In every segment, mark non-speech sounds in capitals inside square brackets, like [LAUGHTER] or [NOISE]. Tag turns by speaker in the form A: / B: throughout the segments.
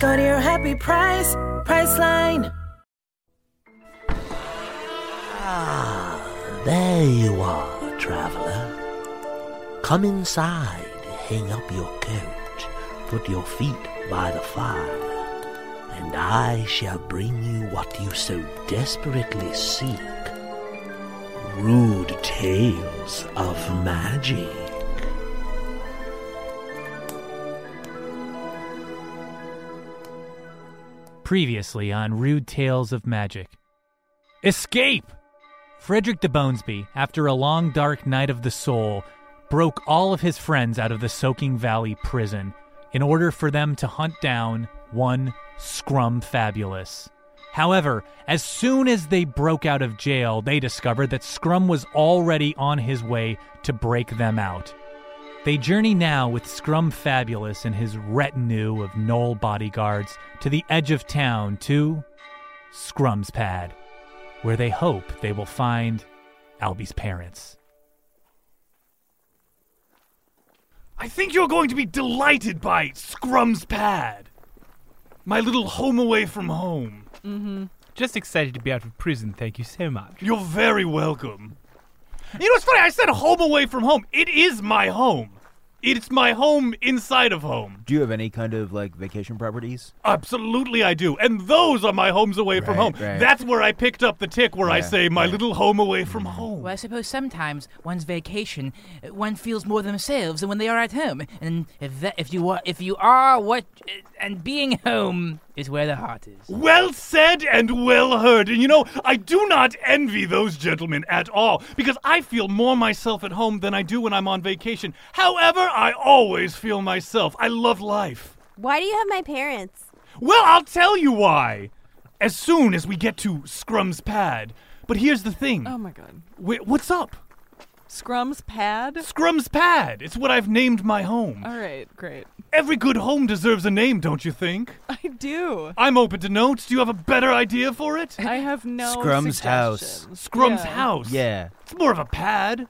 A: Go to your happy price, Priceline.
B: There you are, traveller. Come inside, hang up your coat, put your feet by the fire, and I shall bring you what you so desperately seek. Rude tales of magic.
C: Previously on Rude Tales of Magic. Escape! Frederick de Bonesby, after a long dark night of the soul, broke all of his friends out of the Soaking Valley prison in order for them to hunt down one Scrum Fabulous. However, as soon as they broke out of jail, they discovered that Scrum was already on his way to break them out. They journey now with Scrum Fabulous and his retinue of Knoll bodyguards to the edge of town to Scrum's Pad, where they hope they will find Albie's parents.
D: I think you're going to be delighted by Scrum's Pad. My little home away from home.
E: Just excited to be out of prison, thank you so much.
D: You're very welcome. You know, it's funny, I said home away from home. It is my home. It's my home inside of home.
F: Do you have any kind of like vacation properties?
D: Absolutely, I do. And those are my homes away from home.
F: Right, right.
D: That's where I picked up the tick where I
F: Yeah,
D: say my
F: yeah.
D: little home away from home.
G: Well, I suppose sometimes one's vacation, uh, one feels more themselves than when they are at home. And if that, if you are, if you are what, uh, and being home is where the heart is.
D: Well said and well heard. And you know, I do not envy those gentlemen at all because I feel more myself at home than I do when I'm on vacation. However, I always feel myself. I love life.
H: Why do you have my parents?
D: Well, I'll tell you why. As soon as we get to Scrum's pad. But here's the thing.
I: Oh my god.
D: Wait, what's up?
I: Scrum's pad?
D: Scrum's pad. It's what I've named my home.
I: All right, great.
D: Every good home deserves a name, don't you think?
I: I do.
D: I'm open to notes. Do you have a better idea for it?
I: I have no
F: Scrum's house.
I: suggestions.
D: Scrum's
I: Yeah.
D: house.
F: Yeah.
D: It's more of a pad.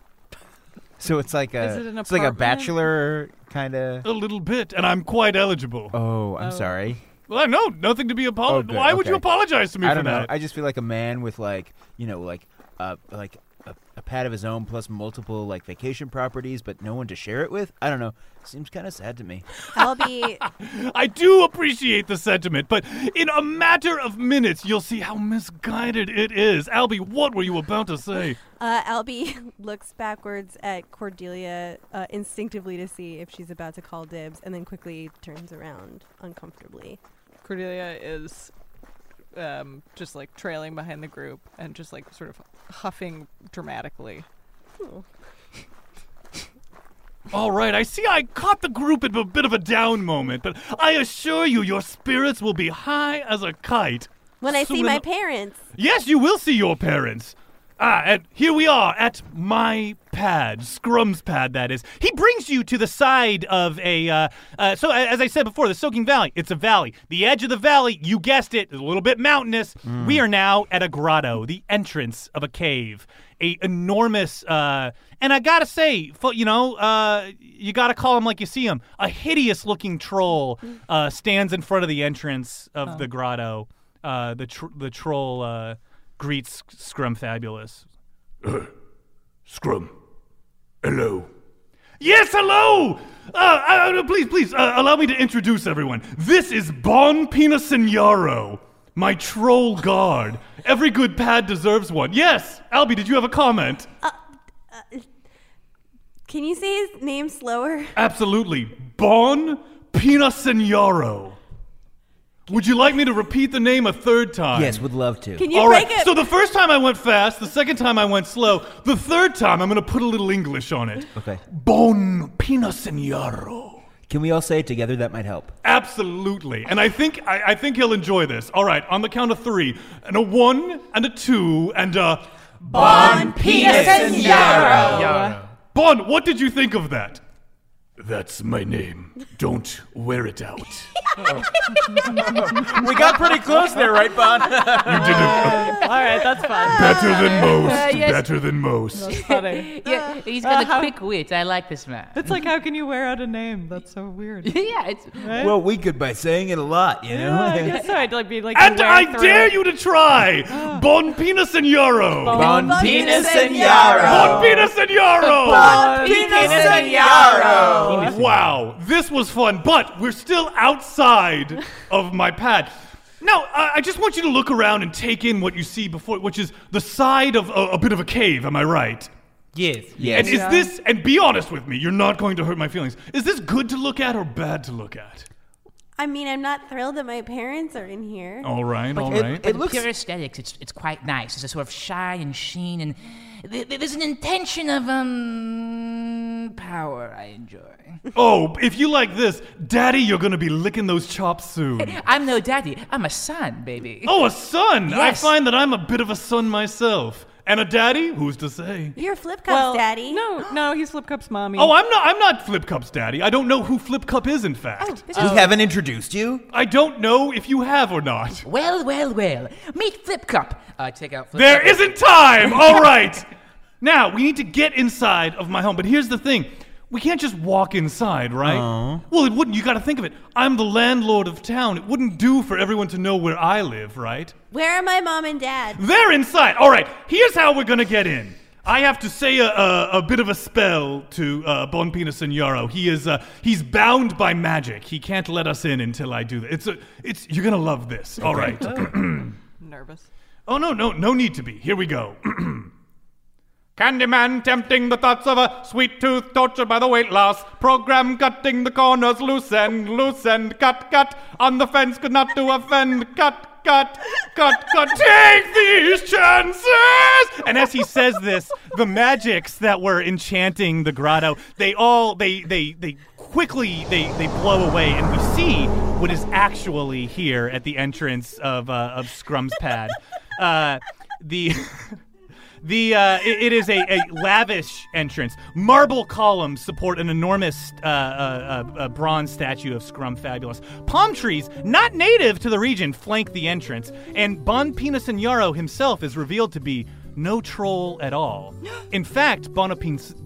F: So it's like a
I: Is it an
F: it's like a
I: apartment?
F: bachelor kind of.
D: A little bit, and I'm quite eligible.
F: Oh, I'm
I: Oh.
F: sorry.
D: Well, no, nothing to be
F: Oh,
D: apologized.
F: good,
D: Why would you
F: okay.
D: apologize to me
F: I
D: for
F: don't know.
D: that?
F: I just feel like a man with like you know like uh like a, a pad of his own plus multiple like vacation properties, but no one to share it with. I don't know. Seems kind of sad to me.
H: Albie,
D: [LAUGHS] I do appreciate the sentiment, but in a matter of minutes, you'll see how misguided it is. Albie, what were you about to say?
H: uh, Albie [LAUGHS] looks backwards at Cordelia uh, instinctively to see if she's about to call dibs, and then quickly turns around uncomfortably.
I: Cordelia is um, just like trailing behind the group and just like sort of huffing dramatically.
D: All right, I see I caught the group in a bit of a down moment, but I assure you, your spirits will be high as a kite.
H: When I see
D: Soon
H: my
D: eno-
H: parents,
D: Yes, you will see your parents. Ah, and here we are at my pad, Scrum's pad, that is. He brings you to the side of a. Uh, uh, so, a- as I said before, the Soaking Valley, it's a valley. The edge of the valley, you guessed it, is a little bit mountainous. We are now at a grotto, the entrance of a cave. A enormous, uh, and I gotta say, fo- you know, uh, you gotta call him like you see him. A hideous looking troll uh, stands in front of the entrance of the grotto uh, the tr- the troll uh, greets Scrum Fabulous.
B: Uh, Scrum. Hello.
D: Yes, hello. Uh, uh, uh, please, please uh, allow me to introduce everyone. This is Bon Pinasignaro, my troll guard. Every good pad deserves one. Yes, Albie, did you have a comment?
H: can you say his name slower?
D: Absolutely, Bon Pinasignaro. Would you like me to repeat the name a third time?
F: Yes, would love to.
H: Can you
D: All
H: break
D: right.
H: it?
D: So the first time I went fast, the second time I went slow, the third time I'm going to put a little English on it.
F: Okay.
D: Bon pino signoro.
F: Can we all say it together? That might help.
D: Absolutely. And I think I, I think he'll enjoy this. All right, on the count of three, and a one, and a two, and a
J: Bon Peterson Yarrow.
D: [LAUGHS]
J: Yarrow.
D: Bon, what did you think of that?
K: That's my name. Don't wear it out.
F: we got pretty close there, right, Bon?
K: You did
D: [LAUGHS]
K: it
I: [LAUGHS] All right, that's fun.
K: better than most.
G: Uh, yes.
K: Better than most.
I: That's funny.
G: [LAUGHS] yeah, he's got
I: Uh,
G: a
I: how-
G: quick wit. I like this man.
I: It's like, how can you wear out a name? That's so
H: [LAUGHS]
I: weird.
G: yeah, it's.
I: Right?
F: Well, we could by saying it a lot, you know?
I: Yeah, [LAUGHS] I guess so. I'd like be like.
D: And
I: way
D: I
I: through
D: dare
I: it.
D: you to try Bon Penis and Euro.
I: Bon
F: Bon
I: Penis
J: and
D: Bon Penis and Euro.
J: Bon Penis and Yarrow.
D: Wow, this was fun, but we're still outside of my pad. Now, I I just want you to look around and take in what you see before, which is the side of a, a bit of a cave. Am I right?
E: Yes.
F: Yes.
D: And is this? And be honest with me. You're not going to hurt my feelings. Is this good to look at or bad to look at?
H: I mean, I'm not thrilled that my parents are in here.
D: All right, all
F: it-
D: right.
F: it-
G: But
F: looks-
G: pure aesthetics, it's it's quite nice. It's a sort of shine and sheen, and th- th- there's an intention of um power I enjoy.
D: oh, if you like this, Daddy, you're gonna be licking those chops soon.
G: I'm no daddy. I'm a son, baby.
D: Oh,
G: [LAUGHS]
D: a son! I
G: Yes.
D: find that I'm a bit of a son myself. And a daddy? Who's to say?
H: You're Flip Cup's
I: Well,
H: daddy.
I: No, no, he's Flip Cup's mommy.
D: Oh, I'm not. I'm not Flip Cup's daddy. I don't know who Flip Cup is. In
G: Oh,
D: fact,
F: We haven't introduced you?
D: I don't know if you have or not.
G: Well, well, well. Meet Flip Cup. I take out. Flip
D: There
G: Cup.
D: isn't time. All right. Now we need to get inside of my home. But here's the thing. We can't just walk inside, right? Well, it wouldn't. You got to think of it. I'm the landlord of town. It wouldn't do for everyone to know where I live, right?
H: Where are my mom and dad?
D: They're inside. All right. Here's how we're gonna get in. I have to say a, a, a bit of a spell to uh, Bon Penis and Yarrow. He is uh, he's bound by magic. He can't let us in until I do that. It's a, it's you're gonna love this. All right.
I: [CLEARS THROAT]
D: [CLEARS THROAT]
I: nervous.
D: Oh no, no, no need to be. Here we go. [CLEARS THROAT] Candyman tempting the thoughts of a sweet tooth tortured by the weight loss. Program cutting the corners loose and loose and cut cut on the fence could not do offend cut cut cut cut take these chances and as he says this the magics that were enchanting the grotto they all they they they quickly they they blow away and we see what is actually here at the entrance of uh, of scrum's pad uh, the [LAUGHS] The uh, i- it is a, a lavish entrance. Marble columns support an enormous uh, uh, uh, uh, bronze statue of Scrum Fabulous. Palm trees, not native to the region, flank the entrance, and Bon Penis and Yarrow himself is revealed to be no troll at all. In fact, Bon,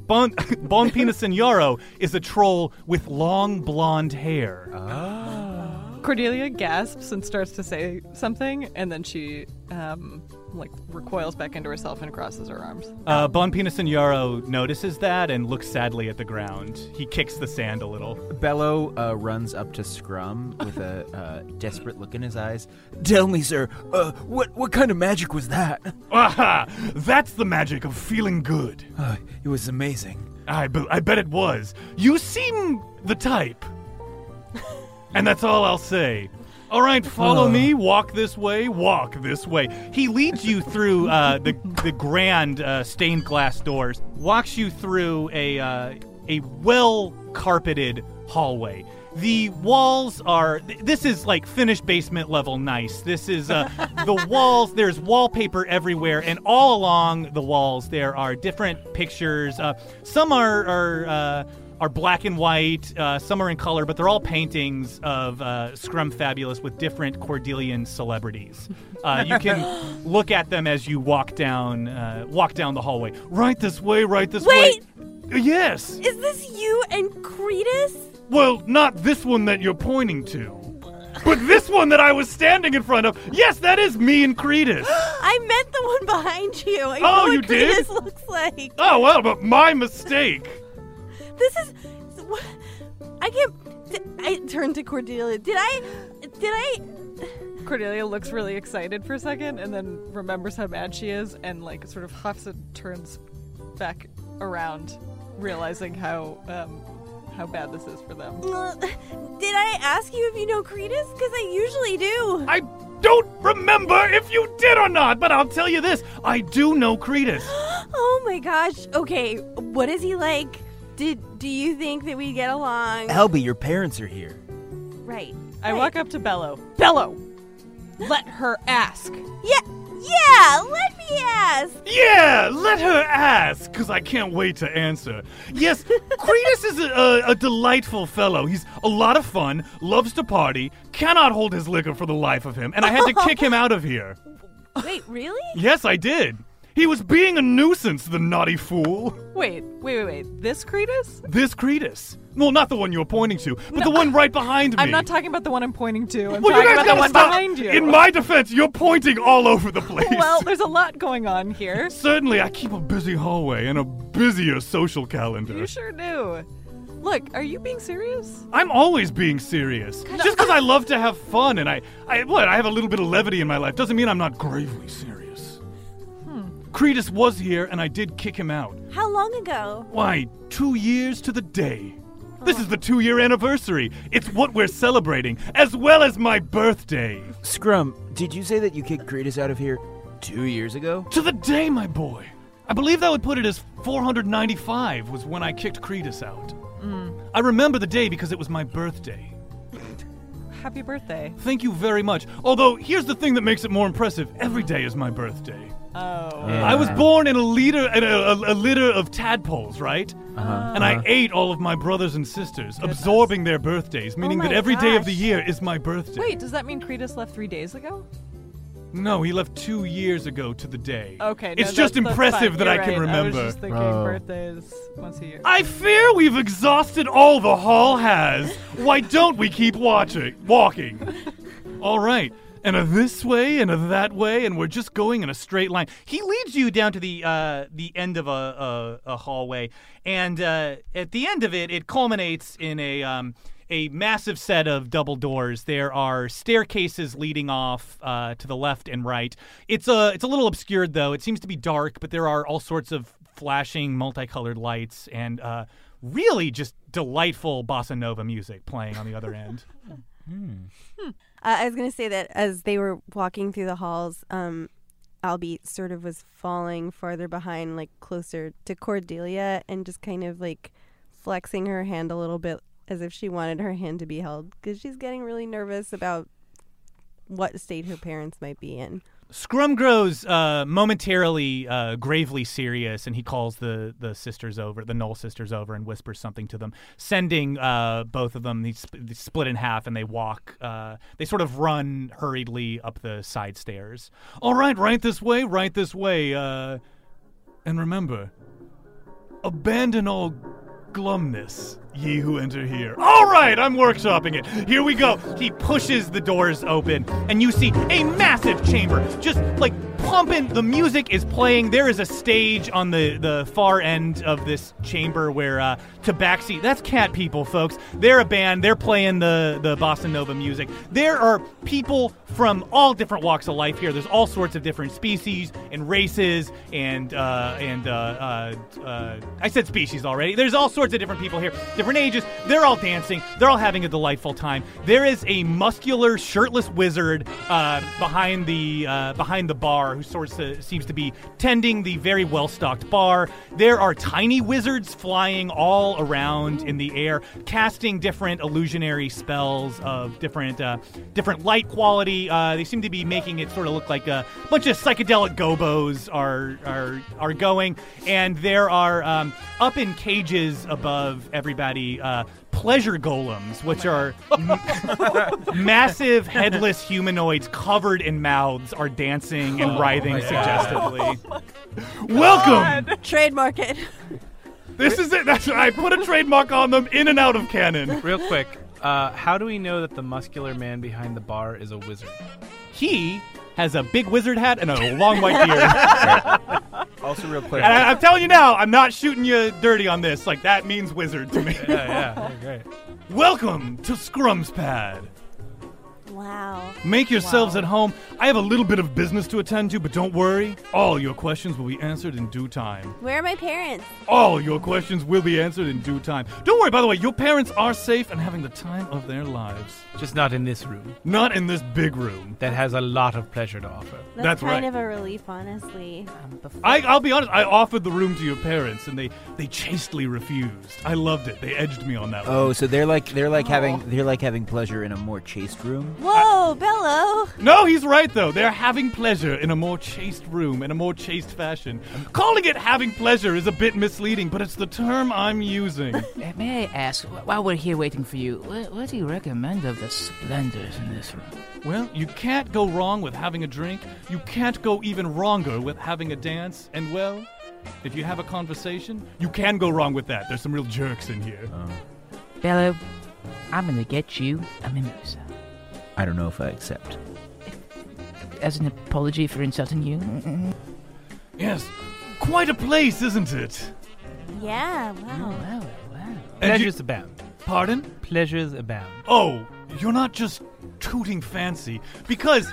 D: bon, [LAUGHS] bon Penis and Yarrow is a troll with long blonde hair.
F: Ah.
I: Cordelia gasps and starts to say something, and then she um, like recoils back into herself and crosses her arms.
D: Uh, bon Penis and Yarrow notices that and looks sadly at the ground. He kicks the sand a little.
F: Bello uh, runs up to Scrum with a uh, desperate look in his eyes. Tell me, sir, uh, what, what kind of magic
E: [LAUGHS]
F: was that?
D: Aha! That's the magic of feeling good.
F: Uh, it was amazing.
D: I, be- I bet it was. You seem the type. and that's all I'll say. All right, follow me. Walk this way. Walk this way. He leads you through uh, the the grand uh, stained glass doors. Walks you through a uh, a well carpeted hallway. The walls are. th- This is like finished basement level nice. This is uh, the walls. There's wallpaper everywhere, and all along the walls there are different pictures. Uh, some are are. Uh, are black and white, uh, some are in color, but they're all paintings of uh, Scrum Fabulous with different Cordelian celebrities. Uh, you can look at them as you walk down uh, walk down the hallway. Right this way, right this way. Yes.
H: Is this you and Cletus?
D: Well, not this one that you're pointing to. But this one that I was standing in front of. Yes, that is me and Cretus.
H: [GASPS] I meant the one behind you. I
D: Oh,
H: know
D: you
H: what
D: did?
H: Cletus looks like.
D: Oh well, but my mistake.
H: This is. What, I can't. Did, I turned to Cordelia. Did I? Did I?
I: Cordelia looks really excited for a second, and then remembers how mad she is, and like sort of huffs and turns back around, realizing how um, how bad this is for
H: [LAUGHS]
I: them.
H: uh, Did I ask you if you know Cletus? Because I usually do.
D: I don't remember if you did or not, but I'll tell you
H: [GASPS]
D: this: I do know Cretus. [GASPS]
H: oh my gosh. Okay. What is he like?
D: Did do you think that we get along?
F: Albie, your parents are here.
D: Right.
I: I walk up to Bello. Bello, let her ask.
H: Yeah, yeah, let me ask.
C: Yeah, let her ask, because I can't wait to answer. Yes,
I: [LAUGHS]
C: Cretus is a, a, a delightful fellow. He's a lot of fun, loves to party, cannot hold his liquor for the life of him, and I had to kick him out of here.
D: Wait, really?
C: Yes, I did. He was being a nuisance, the naughty fool.
I: Wait, wait, wait, wait. This Credus?
C: This Cretus. Well, not the one you were pointing to, but the one right behind me.
I: I'm not talking about the one I'm pointing to. I'm
C: Well, you
I: talking about
C: guys
I: the
C: gotta
I: one
C: stop.
I: behind you.
C: In my defense, you're pointing all over the place.
I: well, there's a lot going on
C: [LAUGHS]
I: here.
C: Certainly, I keep a busy hallway and a busier social calendar.
I: You sure do. Look, are you being serious?
C: I'm always being serious. Just because I love to have fun and I, I, what, I have a little bit of levity in my life doesn't mean I'm not gravely serious.
H: Hmm.
C: Cretus was here and I did kick him out.
D: How long ago?
C: Why, two years to the day. This is the two year anniversary. It's what we're celebrating, as well as my birthday.
F: Scrum, did you say that you kicked Cretus out of here two years ago?
C: To the day, my boy. I believe that would put it as 495 was when I kicked Cretus out.
I: Mm.
C: I remember the day because it was my birthday.
I: Happy birthday.
C: Thank you very much. Although, here's the thing that makes it more impressive every day is my birthday.
I: Oh.
C: I was born in a litter, in a, a, a litter of tadpoles, right?
F: Uh-huh.
C: And I
F: Uh-huh.
C: ate all of my brothers and sisters, absorbing their birthdays, meaning
I: my
C: that every day of
I: gosh.
C: the year is my birthday.
I: Wait, does that mean Credus left three days ago?
C: No, he left two years ago to the day.
I: Okay. no,
C: it's
I: that's-
C: just
I: that's
C: impressive
I: fine.
C: that
I: You're
C: I can
I: right.
C: remember.
I: I was just thinking
D: Oh.
I: birthdays once a year.
C: I fear we've exhausted all the hall has. Why don't we keep watching, walking?
I: [LAUGHS]
C: All right. And a this way and a that way, and we're just going in a straight line.
E: He leads you down to the uh, the end of a, a, a hallway,
C: And uh, at the end of it, it culminates in a um, a massive set of double doors. There are staircases leading off uh, to the left and right. It's a it's a little obscured though. It seems to be dark, but there are all sorts of flashing multicolored lights and uh, really just delightful bossa nova music playing on the other end.
D: Uh, I was going to say that as they were walking through the halls, um, Albie sort of was falling farther behind, like closer to Cordelia, and just kind of like flexing her hand a little bit as if she wanted her hand to be held because she's getting really nervous about what state her parents might be in.
C: Scrum grows uh, momentarily uh, gravely serious, and he calls the the sisters over, the Knoll sisters over, and whispers something to them, sending uh, both of them. They, sp- they split in half, and they walk. Uh, they sort of run hurriedly up the side stairs. All right, right this way, right this way. Uh, and remember, abandon all glumness, ye who enter here. All right, I'm workshopping it. Here we go. He pushes the doors open, and you see a massive chamber, just like pumping. The music is playing. There is a stage on the, the far end of this chamber where uh, Tabaxi, that's cat people, folks. They're a band. They're playing the, the bossa nova music. There are people from all different walks of life here. There's all sorts of different species and races and uh, and uh, uh, uh, I said species already. There's all sorts of different people here, different ages. They're all dancing. They're all having a delightful time. There is a muscular, shirtless wizard uh, behind the uh, behind the bar who sort of seems to be tending the very well-stocked bar. There are tiny wizards flying all around in the air, casting different illusionary spells of different uh, different light quality. Uh, they seem to be making it sort of look like a bunch of psychedelic gobos are are are going, and there are um, up in cages above everybody. Uh, Pleasure golems, which are m- [LAUGHS] massive headless humanoids covered in mouths, are dancing and
J: Oh
C: writhing
J: my
C: suggestively.
J: God.
C: Welcome.
D: Trademark it.
C: This is it. That's I put a trademark on them in and out of canon.
E: Real quick, uh, how do we know that the muscular man behind the bar is a wizard?
C: He has a big wizard hat and a long white beard.
F: [LAUGHS] Also, real quick.
C: and I, I'm telling you now, I'm not shooting you dirty on this. Like that means wizard to me.
E: yeah, yeah, great.
C: Welcome to Scrum's Pad.
H: Wow.
D: Make yourselves at home. I have a little bit of business to attend to, but don't worry. All your questions will be answered in due time.
H: Where are my parents?
D: All your questions will be answered in due time. Don't worry, by the way, your parents are safe and having the time of their lives.
L: Just not in this room.
D: Not in this big room.
L: That has a lot of pleasure to offer.
H: That's, kind of a relief, honestly.
D: I, I'll be honest, I offered the room to your parents and they, they chastely refused. I loved it. They edged me on that one.
F: Oh, so they're like they're like having they're like having pleasure in a more chaste room.
H: Whoa, Bello!
D: No, he's right though. They're having pleasure in a more chaste room, in a more chaste fashion. Calling it having pleasure is a bit misleading, but it's the term I'm using.
G: Uh, May I ask, wh- while we're here waiting for you, what, what do you recommend of the splendors in this room?
D: well, you can't go wrong with having a drink. You can't go even wronger with having a dance. And well, if you have a conversation, you can go wrong with that. There's some real jerks in here.
L: Oh.
G: Bello, I'm gonna get you a mimosa.
F: I don't know if I accept.
G: As an apology for insulting you.
D: Yes, quite a place, isn't it?
H: Yeah, wow.
L: Pleasures abound.
D: Pardon?
L: Pleasures abound.
D: Oh, you're not just tooting fancy because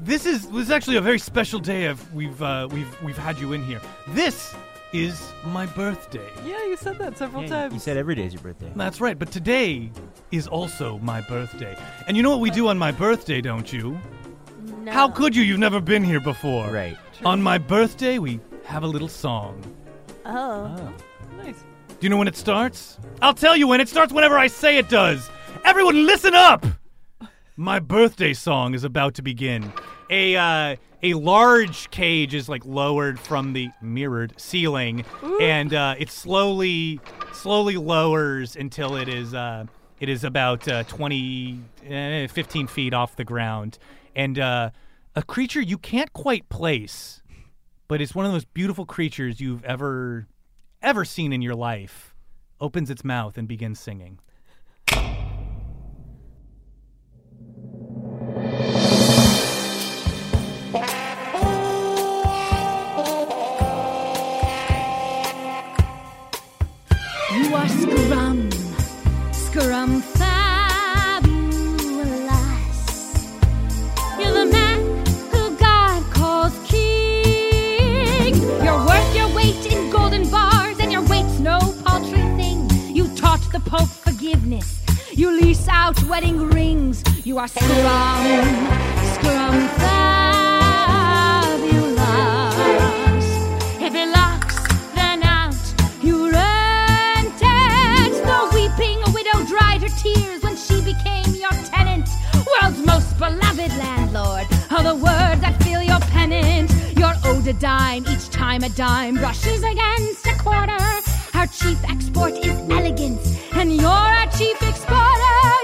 D: this is this is actually a very special day. Of we've uh, we've we've had you in here. This is my birthday.
I: Yeah, you said that several times.
F: Hmm. You said every day's your birthday.
D: That's right. But today is also my birthday. And you know what we do on my birthday, don't you?
H: No.
D: How could you? You've never been here before.
F: Right.
D: On my birthday, we have a little song.
H: Oh.
I: Nice.
D: Do you know when it starts? I'll tell you when. It starts whenever I say it does. Everyone, listen up! My birthday song is about to begin. A uh, a large cage is like lowered from the mirrored ceiling, and uh, it slowly slowly lowers until it is uh, it is about uh, 20, eh, 15 feet off the ground, and uh, a creature you can't quite place, but it's one of those beautiful creatures you've ever ever seen in your life. Opens its mouth and begins singing.
M: You are scrum, scrum fabulous. You're the man who God calls king. You're worth your weight in golden bars, and your weight's no paltry thing. You taught the Pope forgiveness. You lease out wedding rings. You are scrum, scrum fabulous. If it locks, then out you rented. No weeping, a widow dried her tears when she became your tenant. World's most beloved landlord. How the words that fill your pennant. Your owed a dime, each time a dime brushes against a quarter. Our chief export is elegance, and you're our chief exporter.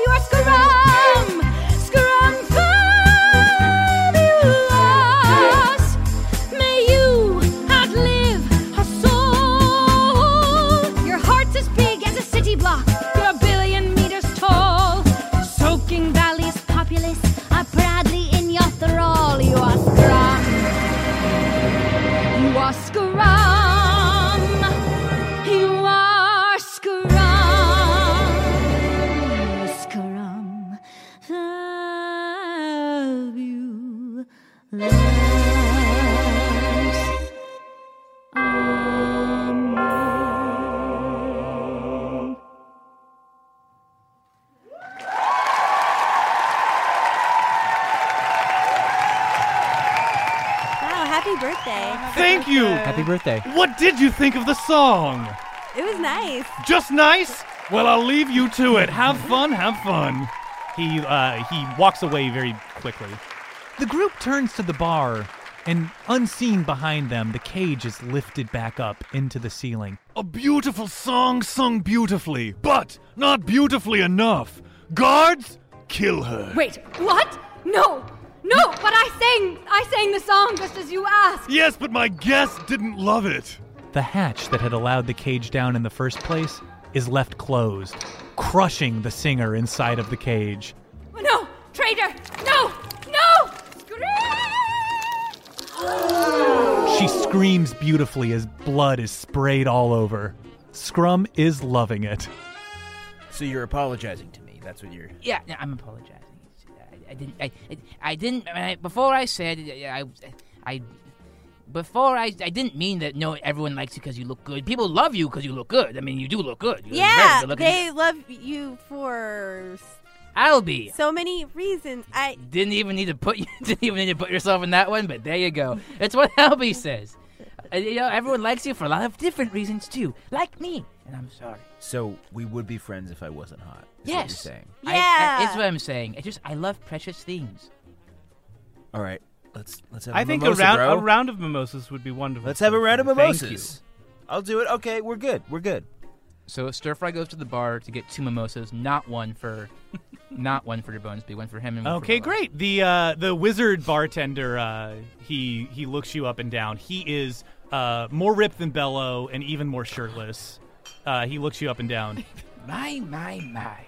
M: You are scrum, scrum fabulous. May you outlive a soul. Your heart's as big as a city block. You're a billion meters tall. Soaking Valley's populace are proudly in your thrall. You are scrum. You are scrum. You are scrum. Scrum. Fabulous.
H: Wow, happy birthday.
D: Thank you!
F: birthday.
D: What did you think of the song?
H: It was nice.
D: Just nice? Well, I'll leave you to it. Have fun, have fun. He uh, he walks away very quickly.
C: The group turns to the bar, and unseen behind them, the cage is lifted back up into the ceiling.
D: A beautiful song sung beautifully, but not beautifully enough. Guards, kill her.
M: Wait, what? No, no, but I sang, I sang the song just as you asked.
D: Yes, but my guest didn't love it.
C: The hatch that had allowed the cage down in the first place is left closed, crushing the singer inside of the cage.
M: Oh, no, traitor, no, no!
C: She screams beautifully as blood is sprayed all over. Scrum is loving it.
F: So you're apologizing to me. That's what you're.
G: Yeah, yeah, I'm apologizing. I didn't. I, I, I didn't. I, before I said I, I, before I, I didn't mean that. No, everyone likes you because you look good. People love you because you look good. I mean, you do look good. You're very
H: Yeah,
G: good looking.
H: they love you for s-
G: Albie.
H: so many reasons. I
G: didn't even need to put [LAUGHS] you didn't even need to put yourself in that one, but there you go. It's what [LAUGHS] Albie says. Uh, You know, everyone likes you for a lot of different reasons too, like me. And I'm sorry.
F: So we would be friends if I wasn't hot. Is What you're
G: yes.
F: saying.
G: I- I- it's what I'm saying. It's just I love precious things.
F: All right. Let's let's have.
E: I
F: a
E: think a
F: mimosa,
E: round
F: bro.
E: a round of mimosas would be wonderful.
F: Let's have a round of
E: Thank
F: mimosas. I'll do it. Okay, we're good. We're good.
G: So stir fry goes to the bar to get two mimosas, not one
F: [LAUGHS]
G: for, not one for your bones, but one for him and one
C: Okay,
G: for
C: great. The uh, the wizard bartender uh, he he looks you up and down. He is uh, more ripped than Bello and even more shirtless. Uh, he looks you up and down.
G: My my my.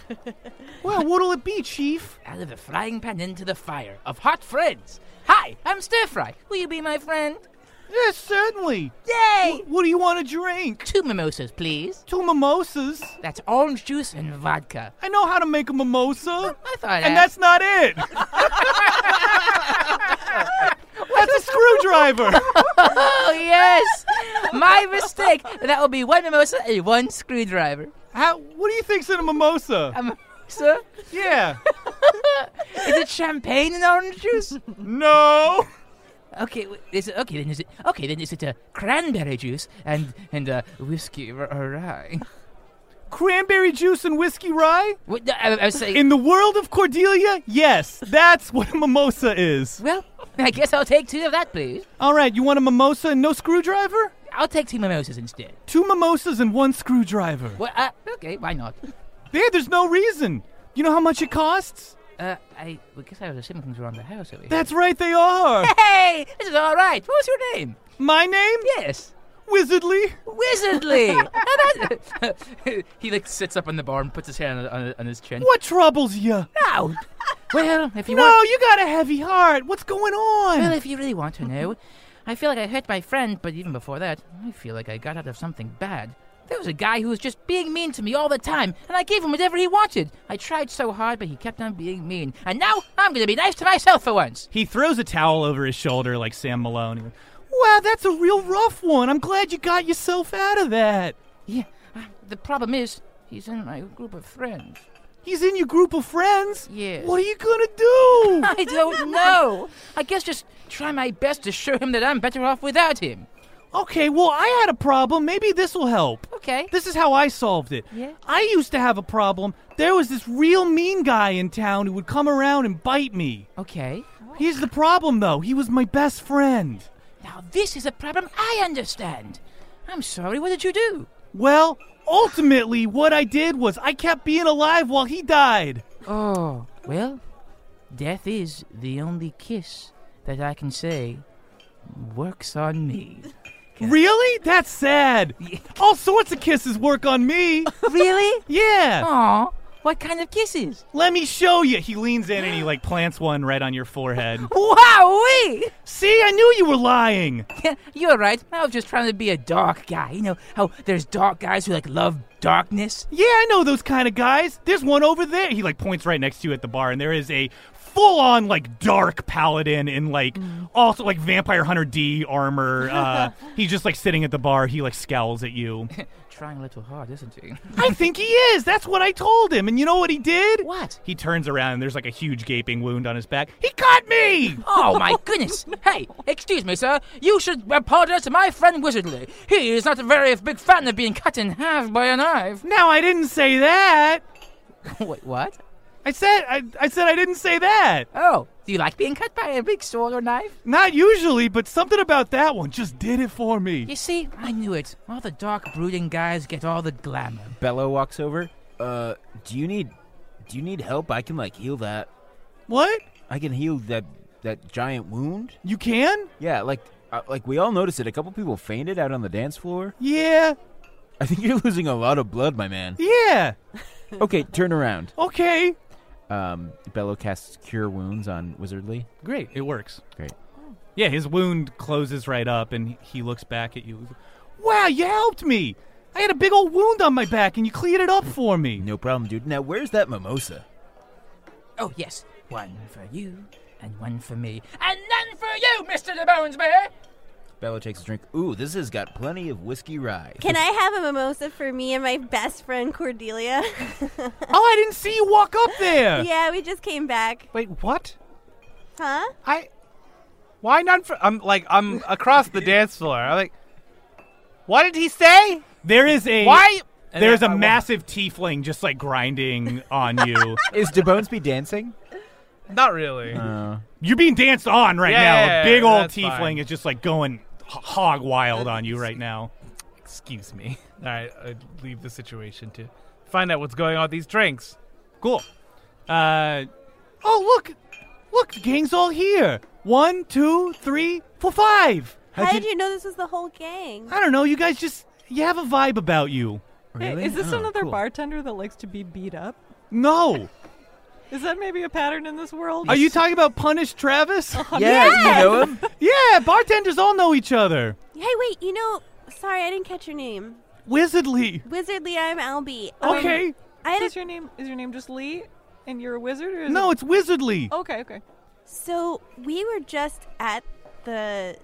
C: [LAUGHS] well, what'll it be, Chief?
G: Out of the frying pan into the fire of hot friends. Hi, I'm Stir Fry. Will you be my friend?
C: Yes, certainly.
G: Yay!
C: What, do you want to drink?
G: Two mimosas, please.
C: Two mimosas.
G: That's orange juice and vodka.
C: I know how to make a mimosa.
G: I thought.
C: And that's not
G: [LAUGHS]
C: it. that's a screwdriver.
G: oh yes, my mistake. That will be one mimosa and one screwdriver.
C: How? What do you think's in a mimosa?
G: A mimosa?
C: Yeah.
G: [LAUGHS] is it champagne and orange juice?
C: No.
G: Okay, w- is it okay? Then is it okay? Then is it a cranberry juice and and uh, whiskey or, or rye? [LAUGHS]
C: Cranberry juice and whiskey rye?
G: What, no, I, I was saying.
C: In the world of Cordelia, yes, that's what a mimosa is.
G: Well, I guess I'll take two of that, please.
C: All right, you want a mimosa and no screwdriver?
G: I'll take two mimosas instead.
C: Two mimosas and one screwdriver.
G: Well, uh, okay, why not?
C: Yeah, there's no reason. You know how much it costs?
G: Uh, I, I guess I was assuming things were on the house over here.
C: That's right, they are.
G: Hey, this is all right. What was your name?
C: My name?
G: Yes.
C: Wizardly.
G: Wizardly. Now that- he like sits up on the bar and puts his hand on, on, on his chin.
C: [LAUGHS] What troubles you?
G: Now, well, if you
C: no,
G: want,
C: you got a heavy heart. What's going on?
G: well, if you really want to know, I feel like I hurt my friend, but even before that, I feel like I got out of something bad. There was a guy who was just being mean to me all the time, and I gave him whatever he wanted. I tried so hard, but he kept on being mean, and now I'm gonna be nice to myself for once.
C: He throws a towel over his shoulder like Sam Malone. He goes, Wow, that's a real rough one. I'm glad you got yourself out of that.
G: Yeah, uh, the problem is, he's in my group of friends.
C: He's in your group of friends?
G: Yes.
C: What are you gonna do?
G: [LAUGHS] I don't know. I guess just try my best to show him that I'm better off without him.
C: Okay, well, I had a problem. Maybe this will help.
G: Okay.
C: This is how I solved it.
G: Yeah.
C: I used to have a problem. There was this real mean guy in town who would come around and bite me.
G: Okay.
C: Here's the problem, though. He was my best friend.
G: Now this is a problem I understand. I'm sorry. What did you do?
C: Well, ultimately, what I did was I kept being alive while
G: [LAUGHS]
C: he died.
G: Oh, well, death is the only kiss that I can say works on me.
C: Really? That's sad. All sorts of kisses work on me.
G: really?
C: Yeah.
G: Aw, what kind of kisses?
C: Let me show you. He leans in and he like plants one right on your forehead.
G: [LAUGHS] Wowee!
C: See, I knew you were lying.
G: [LAUGHS] You're right. I was just trying to be a dark guy. You know how there's dark guys who like love darkness.
C: Yeah, I know those kind of guys. There's one over there. He like points right next to you at the bar, and there is a full on like dark paladin in like
G: Mm.
C: also like vampire hunter
G: [LAUGHS]
C: D armor. Uh, he's just like sitting at the bar. He like scowls at you.
G: [LAUGHS] Trying a little hard, isn't he? [LAUGHS]
C: I think he is. That's what I told him. And you know what he did?
G: What?
C: He turns around and there's like a huge gaping wound on his back. He caught me.
G: [LAUGHS] Oh
C: [LAUGHS]
G: my goodness! Hey, excuse me, sir. You should apologize to my friend Wizardly. He is not a very big fan of being cut in half by a knife.
C: Now I didn't say that.
G: [LAUGHS] Wait, what?
C: I said I, I said I didn't say that.
G: Oh, do you like being cut by a big sword or knife?
C: Not usually, but something about that one just did it for me.
G: You see, I knew it. All the dark, brooding guys get all the glamour.
F: Bello walks over. Uh, do you need, do you need help? I can like heal that.
C: What?
F: I can heal that that giant wound.
C: You can?
F: Yeah, like uh, like we all noticed it. A couple people fainted out on the dance floor.
C: Yeah.
F: I think you're [LAUGHS] losing a lot of blood, my man.
C: Yeah.
F: [LAUGHS] Okay, turn around.
C: Okay.
F: Um, Bello casts Cure Wounds on Wizardly.
C: Great. It works.
F: Great.
C: Yeah, his wound closes right up and he looks back at you. He's like, Wow, you helped me. I had a big old wound on my back and you cleared it up for me.
F: No problem, dude. Now, where's that mimosa?
G: Oh yes, One for you, and one for me, and none for you, Mr. De Bonesby!
F: Bella takes a drink. Ooh, this has got plenty of whiskey rye.
H: Can I have a mimosa for me and my best friend Cordelia? [LAUGHS] oh,
C: I didn't see you walk up there.
H: Yeah, we just came back.
E: Wait, what?
H: Huh?
E: I. Why not? For, I'm like I'm across the dance floor. I'm like, what did he say?
C: There is a
E: Why? And
C: There's
E: then
C: a
E: I walk-
C: massive tiefling just like grinding on
E: [LAUGHS]
C: you.
F: Is DeBonesby dancing?
E: Not really.
C: You're being danced on right
E: Yeah,
C: now.
E: yeah,
C: A
E: yeah,
C: big old
E: that's
C: tiefling
E: fine.
C: is just like going h- hog wild on you right now.
E: Excuse me. [LAUGHS] All right, I leave the situation to find out what's going on with these drinks.
C: Cool. Uh, oh look, look, the gang's all here. One, two, three, four, five.
H: How did you know this was the whole gang?
C: I don't know. You guys just you have a vibe about you.
I: Hey, is
J: Oh,
I: this another bartender that likes to be beat up?
C: No.
I: Is that maybe a pattern in this world?
C: Are you talking about
I: [LAUGHS]
C: Punish Travis?
I: Yeah, you yes! know
F: him.
C: yeah, bartenders all know each other.
H: Hey, wait, you know, sorry, I didn't catch your name.
C: Wizardly.
H: Wizardly, I'm Albie. Um,
C: Okay.
H: I had
I: is your name is your name just Lee, and you're a wizard? Or is
C: No,
I: it-
C: it's Wizardly.
I: Okay, okay.
H: So we were just at the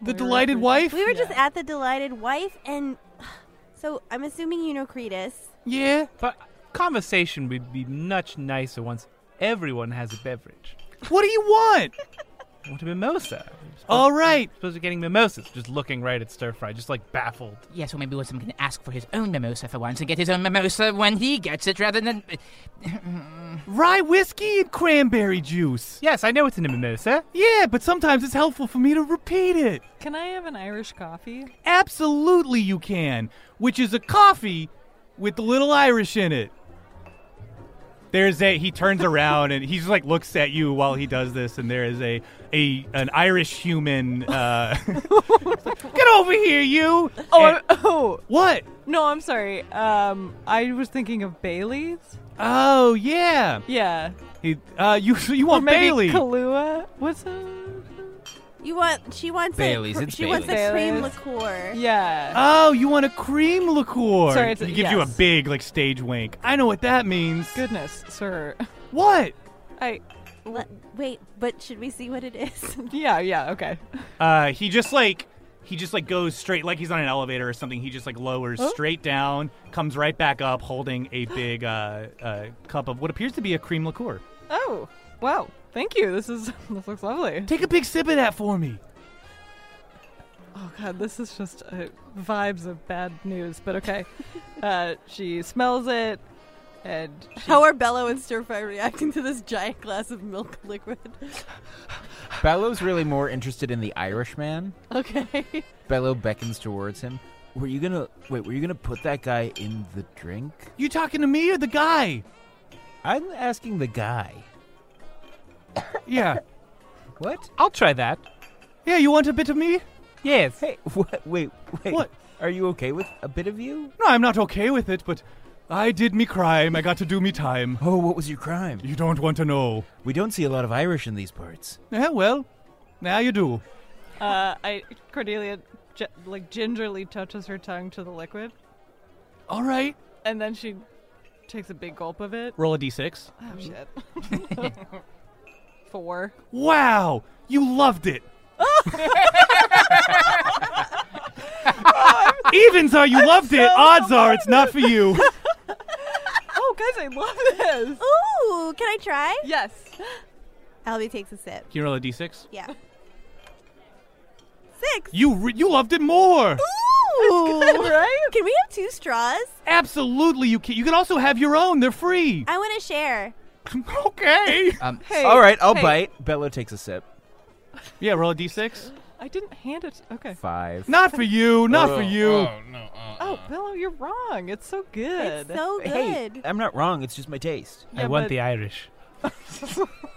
C: The delighted wife.
H: we were just at the delighted wife, and [SIGHS] so I'm assuming you know Cretus.
C: Yeah,
E: but conversation would be much nicer once everyone has a beverage.
C: What do
E: [LAUGHS]
C: you want? Oh,
E: I want a mimosa.
C: All right.
E: Supposed to getting mimosas. Just looking right at stir fry, just like baffled.
G: Yes, or maybe Wilson can ask for his own mimosa for once and get his own mimosa when he gets it rather than.
C: Rye whiskey and cranberry juice.
E: Yes, I know it's in a mimosa.
C: Yeah, but sometimes it's helpful for me to repeat it.
I: Can I have an Irish coffee?
C: Absolutely, you can. Which is a coffee with the little Irish in it. There's a he turns around and he's like looks at you while he does this, and there is a a an Irish human. Uh, Get over here, you. Eh,
I: Oh, I'm- [LAUGHS] oh.
C: What?
I: No, I'm sorry. Um, I was thinking of Bailey's.
C: Oh yeah.
I: Yeah.
C: He, uh, you [LAUGHS] you
I: or
C: want
I: maybe
C: Bailey?
I: Kahlua. What's that?
H: You want? She wants
C: Bailey's,
H: A, cr-
C: it's
H: she wants a
I: Bailey's.
H: cream liqueur.
I: Yeah.
C: Oh, you want a cream liqueur?
I: Sorry, it's-
C: he gives you a
I: yes.
C: big like stage wink. I know what that means.
I: Goodness, sir.
C: What?
I: I.
H: wait, but should we see what it is?
I: [LAUGHS] yeah. Yeah.
H: [LAUGHS]
I: Okay.
C: Uh, he just like he just like goes straight like he's on an elevator or something. He just like lowers
I: Oh.
C: straight down, comes right back up, holding a [GASPS] big uh, uh, cup of what appears to be a cream liqueur.
I: Oh. Wow. Thank you. This is. [LAUGHS] This looks lovely.
C: Take a big sip of that for me.
I: Oh god, this is just uh, vibes of bad news. But
D: [LAUGHS]
I: okay, uh, she smells it, and she-
D: How are Bello and Stir Fry reacting to this giant glass of milk liquid?
F: Bello's really more interested in the Irishman.
G: Oh,
D: Okay.
F: [LAUGHS] Bello beckons towards him. Were you gonna wait? Were you gonna put that guy in the drink?
C: You talking to me or the guy?
F: I'm asking
C: [LAUGHS]
F: the guy.
C: Yeah.
F: What?
E: Oh, I'll try that.
C: Yeah, you want a bit of me?
E: Yes.
F: Hey, what? Wait, wait.
C: What?
F: Are you okay with a bit of you?
C: No, I'm not okay with it, but I did me crime. I got to do me time.
F: Oh, what was your crime?
C: You don't want to know.
F: We don't see a lot of Irish in these parts.
C: Yeah, well, now you do.
I: uh, I Cordelia gi- like gingerly touches her tongue to the liquid,
C: All right.
I: and then she takes a big gulp of it.
C: Roll a d6.
I: Oh shit! [LAUGHS] Four.
C: Wow, you loved
F: [LAUGHS]
C: it. Evens are you loved it. Odds are it's not for you.
F: [LAUGHS]
I: Oh guys, I love this.
H: Ooh, can I try?
I: Yes.
H: [GASPS] Albie takes a sip.
C: Can you roll a d6?
H: Yeah.
C: You re- you loved it more.
H: Ooh, [LAUGHS]
I: right?
H: Can we have two straws?
C: Absolutely, you can. You can also have your own. They're free.
H: I want
I: [LAUGHS]
H: to share.
C: okay.
G: Um,
I: Hey,
F: All right, I'll
I: hey.
F: bite. Bello takes a sip.
C: Yeah, roll a d6.
I: I didn't hand it. Okay.
F: Five.
C: Not for you.
F: Oh,
C: Not for you.
E: no.
I: Oh, Bello, you're wrong. It's so good.
H: It's so good.
F: Hey, I'm not wrong. It's just my taste.
I: Yeah,
E: I want
I: but-
E: the Irish.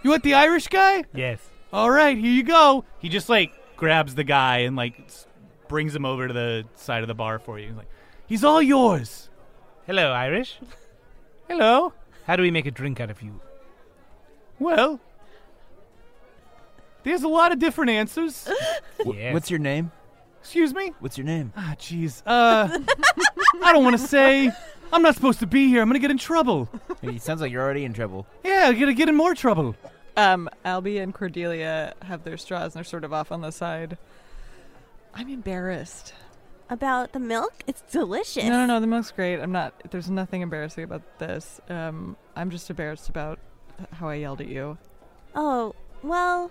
C: You want the Irish guy?
E: Yes.
C: All right, here you go. He just like grabs the guy and like s- brings him over to the side of the bar for you. He's like, he's all yours.
E: Hello, Irish.
C: Hello.
E: How do we make a drink out of you?
C: Well, there's a lot of different answers.
F: Wh-
E: Yes.
F: What's your name?
C: Excuse me?
F: What's your name?
C: Ah, jeez. Uh, I don't want to say. I'm not supposed to be here. I'm gonna get in
F: [LAUGHS]
C: trouble.
F: It sounds like you're already in trouble.
C: Yeah, I'm gonna get in more trouble.
I: Um, Albie and Cordelia have their straws and they're sort of off on the side. I'm embarrassed.
H: About the milk? It's delicious.
I: No, no, no. The milk's great. I'm not. There's nothing embarrassing about this. Um, I'm just embarrassed about how I yelled at you.
H: Oh, well,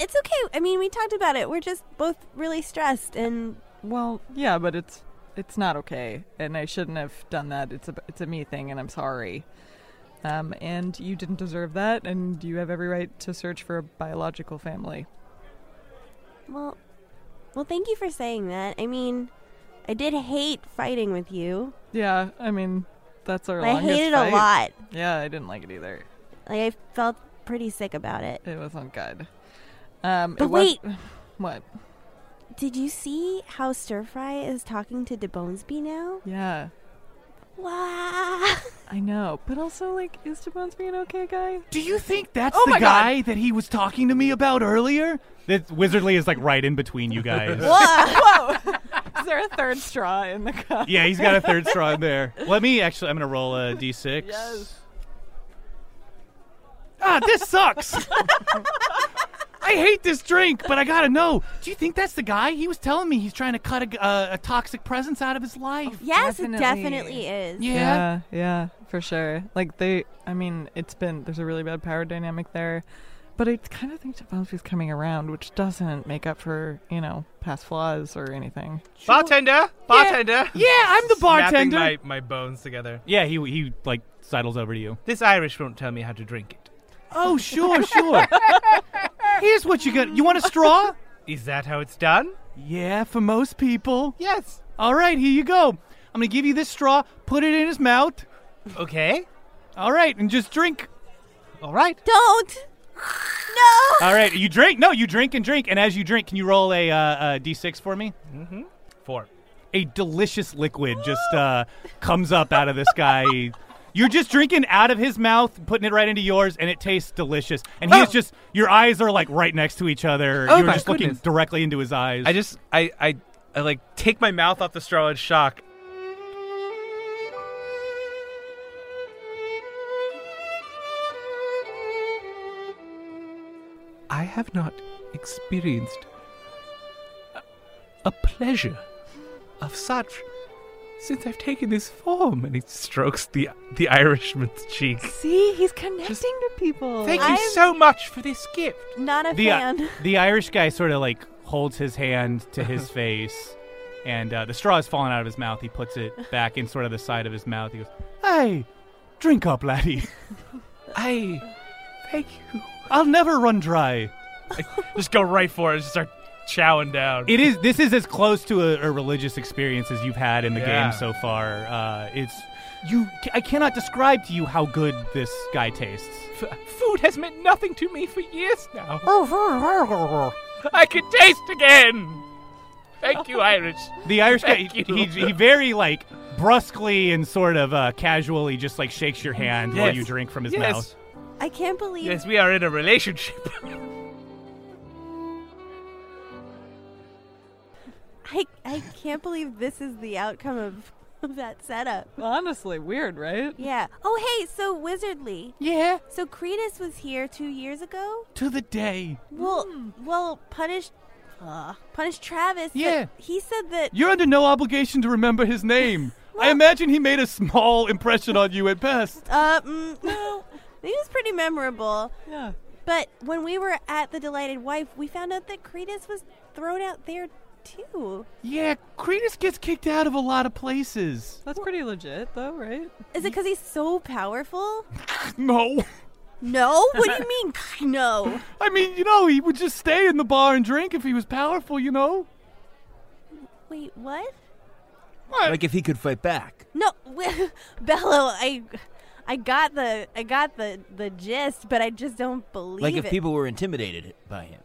H: it's okay. I mean, we talked about it. We're just both really stressed and.
I: Well, yeah, but it's it's not okay, and I shouldn't have done that. It's a it's a me thing, and I'm sorry. Um, and you didn't deserve that, and you have every right to search for a biological family.
H: Well, well, thank you for saying that. I mean, I did hate fighting with you.
I: Yeah, I mean, that's our.
H: I
I: longest
H: hated a
I: fight.
H: lot.
I: Yeah, I didn't like it either.
H: Like I felt pretty sick about it.
I: It wasn't good. Um,
H: But
I: it was-
H: wait.
I: [SIGHS] what?
H: Did you see how Stir Fry is talking to DeBonesby now?
I: Yeah.
H: Wow.
I: I know, but also like, is DeBonesby an okay guy?
C: Do you think that's
I: Oh
C: the
I: my God.
C: guy that he was talking to me about earlier? That Wizardly is like right in between you [LAUGHS] guys.
I: [LAUGHS] Whoa! Whoa! Is there a third straw in the cup?
C: yeah, he's got
I: [LAUGHS]
C: a third straw in there. Let me actually. I'm gonna roll a d6. Ah, this sucks. I hate this drink, but I gotta know. Do you think that's the guy? He was telling me he's trying to cut a, uh, a toxic presence out of his life.
H: Yes, it
I: Definitely.
H: definitely is.
I: yeah, yeah, for sure. Like they, I mean, it's been there's a really bad power dynamic there, but I kind of think DeBonesby's coming around, which doesn't make up for you know past flaws or anything.
E: Bartender, bartender.
C: Yeah, I'm the
E: Snapping
C: bartender.
E: My, my bones together.
C: Yeah, he he like sidles over to you.
E: This Irish won't tell me how to drink it.
C: Oh, sure,
H: [LAUGHS]
C: sure. Here's what you got. You want a straw?
E: Is that how it's done?
C: Yeah, for most people.
E: Yes.
C: All right, here you go. I'm gonna give you this straw. Put it in his mouth.
E: Okay.
C: All right, and just drink.
E: All right.
H: Don't. No.
C: All right, you drink. No, you drink and drink. And as you drink, can you roll a, uh, a d6 for me?
E: Mm-hmm. Four.
C: A delicious liquid just uh, comes up out of this guy. You're just drinking out of his mouth, putting it right into yours, and it tastes delicious. And he's just, your eyes are like right next to each other.
E: Oh,
C: You're
E: my
C: just looking
E: goodness.
C: directly into his eyes.
E: I just, I, I, I like take my mouth off the straw in shock.
J: I have not experienced a- a pleasure of such since I've taken this form. And it
E: Strokes the the Irishman's cheek.
I: See, he's connecting to people.
E: Thank you so much for this gift. uh,
H: Not a
C: the, uh,
H: fan.
C: the Irish guy sort of like holds his hand to his face, and uh, the straw is falling out of his mouth. He puts it back in sort of the side of his mouth. He goes, "Hey, drink up, laddie.
J: I thank you.
C: I'll never run dry."
E: Just go right for it. Just start chowing down.
C: It is. This is as close to a, a religious experience as you've had in the
E: Yeah.
C: game so far. Uh, it's you. I cannot describe to you how good this guy tastes.
J: Food has meant nothing to me for years
C: [LAUGHS]
J: now. I can taste again. Thank you, Irish.
C: The Irish guy,
J: Thank
C: he,
J: you.
C: he [LAUGHS] very like brusquely and sort of uh, casually just like shakes your hand while
E: Yes.
C: you drink from his
E: Yes.
C: mouth.
H: I can't believe.
E: Yes, we are in a
C: [LAUGHS]
E: relationship.
H: I I can't believe this is the outcome of, [LAUGHS] of that setup.
I: Honestly, weird, right?
H: Yeah. Oh hey, so Wizardly.
C: Yeah.
H: So Cretus was here two years ago.
C: To the day.
I: Hmm.
H: Well, well, punished, uh, punished Travis. but
C: Yeah.
H: He said that.
C: You're under no obligation to remember his name. I imagine he made a small impression on you at best.
H: Uh,
I: [LAUGHS]
H: mm, [LAUGHS] no, it was pretty memorable.
I: Yeah.
H: But when we were at the Delighted Wife, we found out that Cretus was thrown out there too.
C: Yeah, Cretus gets kicked out of a lot of places.
I: That's pretty legit, though, right?
H: Is it because he's so powerful?
C: No.
H: No. What do you mean? No.
C: I mean, you know, he would just stay in the bar and drink if he was powerful, you know?
H: Wait, what?
F: Like if he could fight back.
H: No, [LAUGHS] Bello, I, I got the, I got the, the gist, but I just don't believe
F: like
H: it.
F: if people were intimidated by him.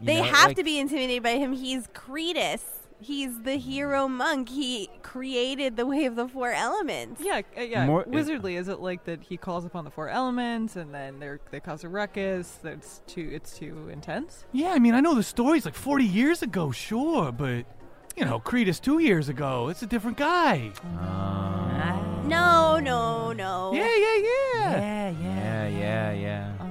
F: you
H: They
F: know,
H: have
F: like-
H: to be intimidated by him. He's Cretus. He's the hero monk. He created the way of the four elements.
I: Yeah, uh, yeah.
F: More-
I: Wizardly is it like that? He calls upon the four elements, and then they they cause a ruckus. That's too. It's too intense.
C: Yeah, I mean, I know the story's like 40 years ago, sure, but
D: you know, Cretus two years ago. It's a different guy.
H: Ah. No, no, no.
D: Yeah, yeah,
H: yeah.
F: Yeah, yeah, yeah. Oh,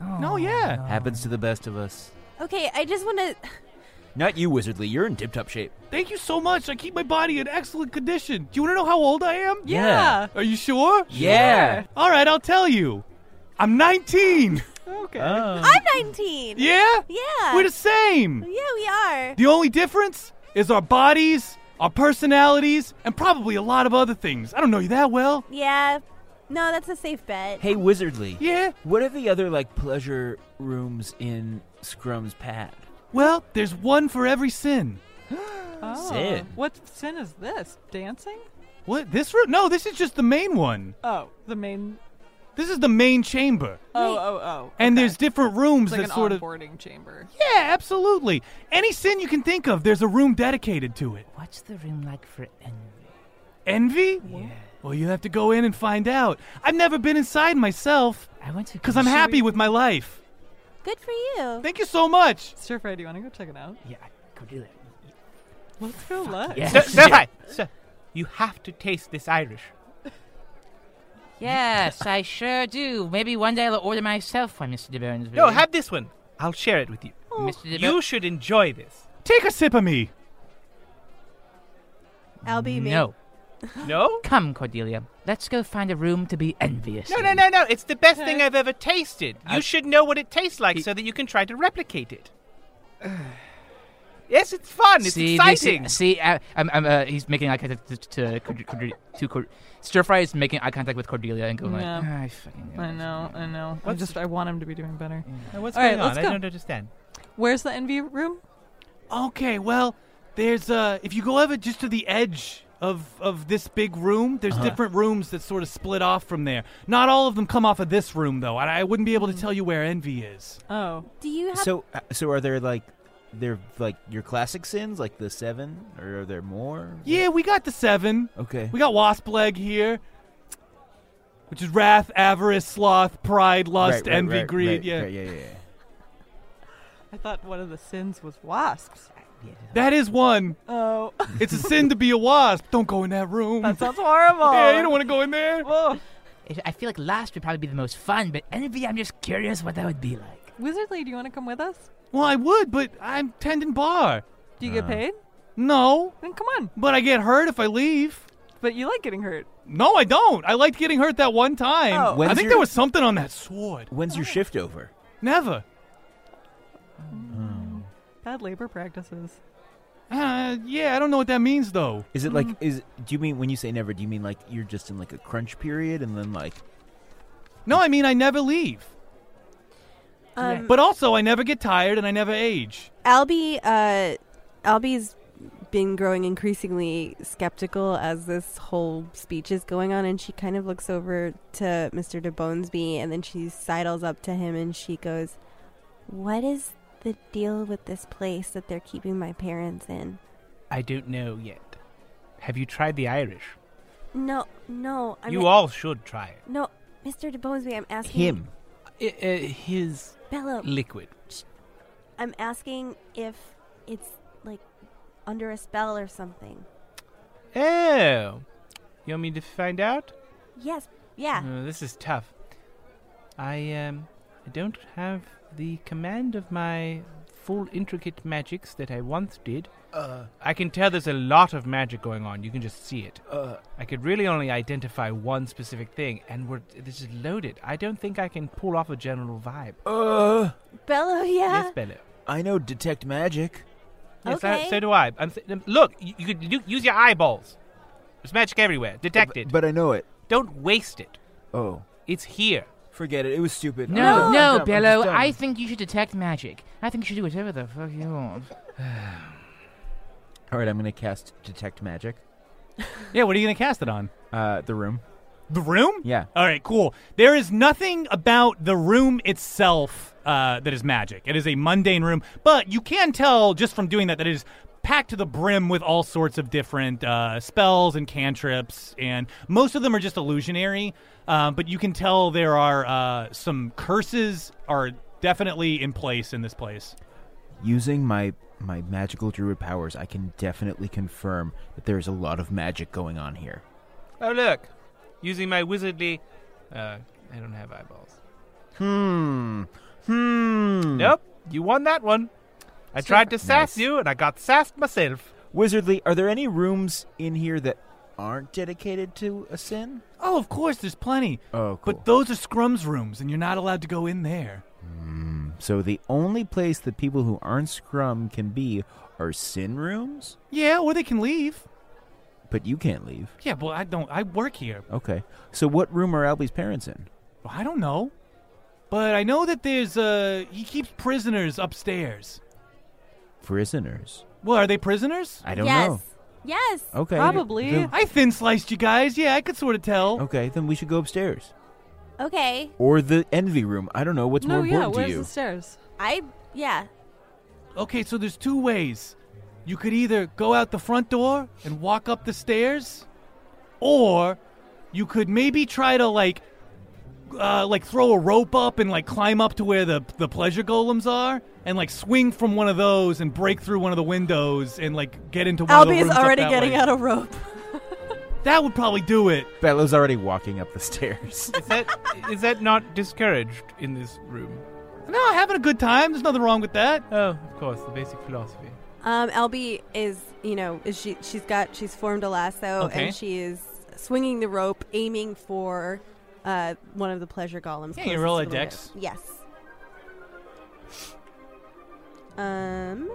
H: Oh,
D: No, yeah.
F: Happens to the best of us.
H: Okay, I just want to.
F: Not you, Wizardly. You're in tip-top shape.
D: Thank you so much. I keep my body in excellent condition. Do you want to know how old I am?
F: Yeah. Yeah.
D: Are you sure?
F: Yeah. Sure.
D: All right, I'll tell you. I'm 19.
I: Okay.
H: I'm 19.
D: Yeah?
H: Yeah.
D: We're the same.
H: Yeah, we are.
D: The only difference is our bodies, our personalities, and probably a lot of other things. I don't know you that well.
H: Yeah. No, that's a safe bet.
F: Hey, Wizardly.
D: Yeah?
F: What are the other, like, pleasure rooms in Scrum's pad?
D: Well, there's one for every sin.
I: Oh.
F: Sin.
I: What sin is this? Dancing?
D: What? This room? No, this is just the main one.
I: Oh, the main.
D: This is the main chamber.
I: Oh, oh, oh.
D: And there's different
I: It's
D: rooms
I: like
D: that
I: an
D: sort of.
I: onboarding chamber.
D: Yeah, absolutely. Any sin you can think of, there's a room dedicated to it.
G: What's the room like for envy?
D: Envy? Yeah. Well, you have to go in and find out. I've never been inside myself.
G: I went to
D: because I'm
I: Should
D: happy
I: we-
D: with my life.
H: Good for you.
D: Thank you so much.
I: Stir fry, do you want to go check it out?
E: Yeah,
G: go do that.
I: Let's go live.
E: Sir, sir, hi. Sir, you have to taste this Irish.
G: [LAUGHS] Yes, I sure do. Maybe one day I'll order myself one, Mr. De Burns.
E: No, have this one. I'll share it with you.
G: Mr. De
E: You should enjoy this.
D: Take a sip of me.
H: Albie, may-
G: No.
E: [LAUGHS] No?
G: Come, Cordelia. Let's go find a room to be envious.
E: No,
G: in.
E: no, no, no. It's the best thing I've ever tasted. You should know what it tastes like so that you can try to replicate it. [SIGHS] yes, it's fun. It's
G: see, this is-
E: exciting.
G: see, uh, I'm, I'm, uh, he's making eye contact to, to, Cord- Cord- to Cord- Stir Fry is making eye contact with Cordelia and going
I: Yeah.
G: like, "Ah, I fucking
I: I know, I know. I just I want him to be doing better.
E: Now, what's
I: All right,
E: going on?
I: let's
E: I
I: go.
E: don't understand.
I: Where's the envy room?
D: Okay, well, there's uh if you go over just to the edge of of this big room, there's
F: Uh-huh.
D: different rooms that sort of split off from there. Not all of them come off of this room though. and I wouldn't be able to tell you where envy is.
I: Oh.
H: Do you have.
F: So, uh, so are there like, they're like your classic sins, like the seven, or are there more?
D: Yeah, we got the 7.
F: Okay.
D: We got wasp leg here. Which is wrath, avarice, sloth, pride, lust,
F: Right, right,
D: envy,
F: right,
D: greed.
F: right,
D: yeah.
F: right, yeah, yeah, yeah.
I: I thought one of the sins was wasps.
D: That is one.
I: Oh,
C: [LAUGHS]
D: It's a sin to be a wasp. Don't go in that room.
I: that sounds horrible.
D: Yeah, you don't want to go in there.
I: Whoa.
G: It- I feel like last would probably be the most fun, but envy, I'm just curious what that would be like.
I: Wizardly, do you want to come with us?
D: Well, I would, but I'm tending bar.
I: Do you
F: Uh.
I: get paid?
D: No,
I: Then come on.
D: but I get hurt if I leave.
I: But you like getting hurt.
D: No, I don't. I liked getting hurt that one time.
I: Oh.
D: I
F: When's
D: think
F: your-
D: there was something on that sword.
F: When's your shift over?
D: Never.
F: Oh.
I: Bad labor practices.
D: Uh, yeah, I don't know what that means though. Mm-hmm.
F: Is it like is do you mean when you say never do you mean like you're just in like a crunch period and then like
D: No, I mean I never leave.
H: Um,
D: But also, I never get tired and I never age.
N: Albie, uh, Albie's been growing increasingly skeptical as this whole speech is going on, and she kind of looks over to Mr. De Bonesby, and then she sidles up to him and she goes,
H: What is the deal with this place that they're keeping my parents in?
E: I don't know yet. Have you tried the Irish?
H: No, no. I'm
E: you
H: not-
E: all should try it.
H: No, Mr. De Bonesby, I'm asking.
E: I- uh, his
H: Bello.
E: liquid.
H: I'm asking if it's like under a spell or something.
E: Oh. You want me to find out?
H: Yes. Yeah.
E: Uh, this is tough. I um, I don't have the command of my full intricate magics that I once did.
F: Uh.
E: I can tell there's a lot of magic going on. You can just see it.
F: Uh.
E: I could really only identify one specific thing, and we're this is loaded. I don't think I can pull off a general vibe.
H: Uh-huh.
F: Uh
H: Bello, yeah.
E: Yes, Bello.
F: I know detect magic.
E: Yes, I-
H: Okay.
E: so do I. I'm th- um, look, you, you could u- use your eyeballs. There's magic everywhere. Detect it.
F: But I know it.
E: don't waste it.
F: Oh.
E: It's here.
F: Forget it. It was stupid. Oh,
G: No,
F: I'm
G: no,
F: done. I'm
G: Bello.
F: just done.
G: I think you should detect magic. I think you should do whatever the fuck you want.
F: All right, I'm going to cast detect magic.
D: Yeah, what are you gonna cast it on?
F: Uh the room.
D: The room?
F: Yeah.
D: All right, cool. There is nothing about the room itself uh, that is magic. It is a mundane room, but you can tell just from doing that that it is packed to the brim with all sorts of different uh, spells and cantrips, and most of them are just illusionary. Uh, but you can tell there are uh, some curses are definitely in place in this place.
F: using my my magical druid powers, I can definitely confirm that there is a lot of magic going on here.
E: Oh, look. Using my wizardly. Uh, I don't have eyeballs.
F: Hmm. Hmm.
E: Nope. You won that one. I tried to sass [LAUGHS] you, and I got sassed myself.
F: Wizardly, are there any rooms in here that aren't dedicated to a sin?
C: Oh, of course, there's plenty.
F: Oh,
C: But those are Scrum's rooms, and you're not allowed to go in there.
F: hmm. So the only place that people who aren't scrum can be are sin rooms?
C: Yeah, or they can leave.
F: But you can't leave.
C: Yeah, well, I don't. I work here.
F: Okay. So what room are Albie's parents in?
C: I don't know. But I know that there's, uh, he keeps prisoners upstairs.
F: Prisoners.
C: Well, are they prisoners?
F: I don't Yes. know.
H: Yes.
F: Okay. Probably. Then-
C: I thin sliced you guys. Yeah, I could sort of tell.
F: Okay, then we should go upstairs.
H: Okay.
F: Or the envy room. I don't know what's more important to you.
I: stairs?
H: I yeah.
C: Okay, so there's two ways. You could either go out the front door and walk up the stairs, or you could maybe try to like, uh, like throw a rope up and like climb up to where the the pleasure golems are, and like swing from one of those and break through one of the windows and like get into one of
H: Albie
C: the
H: is
C: rooms up
H: already
C: that
H: getting
C: way.
H: out a rope.
C: That would probably do it.
F: Bella's already walking up the [LAUGHS] stairs.
E: Is that is that not discouraged in this room?
C: No, having a good time. There's nothing wrong with that.
E: Oh, of course, the basic philosophy.
H: Um, LB is, you know, is she? She's got, she's formed a lasso,
E: Okay.
H: and she is swinging the rope, aiming for uh, one of the pleasure golems.
C: Yeah, you
H: closest
C: roll
H: to
C: a
H: the window.
C: dex.
H: Yes. Um,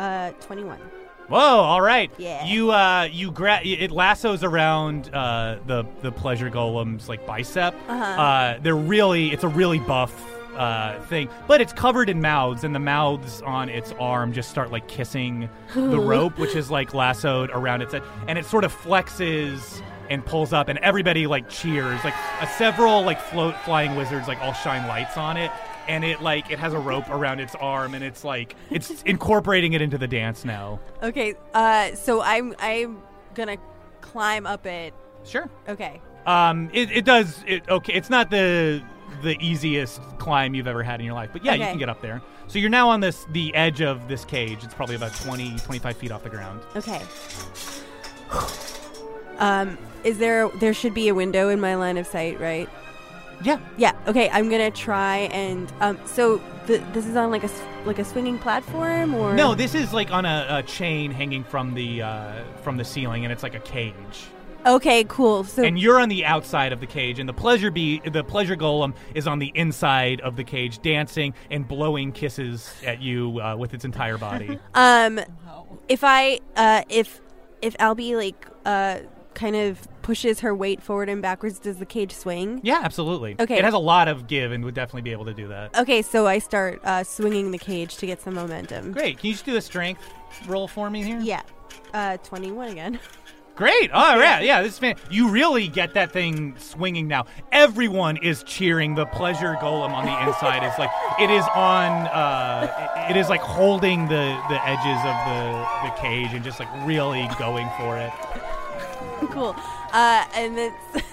H: uh, twenty-one.
C: Whoa! All right.
H: Yeah.
C: You uh, you gra- it lassos around uh, the the pleasure golem's like bicep.
H: Uh-huh.
C: Uh, they're really it's a really buff uh, thing, but it's covered in mouths, and the mouths on its arm just start like kissing
H: [LAUGHS]
C: the rope, which is like lassoed around its head, and it sort of flexes and pulls up, and everybody like cheers. Like a several like float flying wizards like all shine lights on it. And it like it has a rope around its arm, and it's like it's incorporating it into the dance now.
H: Okay. Uh, so I'm I'm gonna climb up it.
C: Sure.
H: Okay.
C: Um, it, it does. It, okay, it's not the the easiest climb you've ever had in your life, but yeah, you
H: Okay.
C: can get up there. So you're now on this the edge of this cage. It's probably about 20, 25 feet off the ground.
H: Okay. Um, is there there should be a window in my line of sight, right?
C: Yeah.
H: Yeah. Okay. I'm gonna try and um. So th- this is on like a s- like a swinging platform or
C: No, this is like on a, a chain hanging from the uh, from the ceiling, and it's like a cage.
H: Okay. Cool. So
C: and you're on the outside of the cage, and the pleasure bee, the pleasure golem, is on the inside of the cage, dancing and blowing kisses at you uh, with its entire body.
H: um, if I uh if if Albie like uh kind of pushes her weight forward and backwards, does the cage swing?
C: yeah, absolutely.
H: Okay. Oh.
C: it has a lot of give, and would definitely be able to do that.
H: Okay. So I start uh, swinging the cage to get some momentum.
C: Great. Can you just do the strength roll for me here?
H: Yeah. Uh, twenty-one again. [LAUGHS]
C: Great. All right. Yeah, this is fan- You really get that thing swinging now. Everyone is cheering. The pleasure golem on the inside is like it is on. Uh, it- it is like holding the the edges of the the cage and just like really going for it.
H: [LAUGHS] cool. Uh, and it's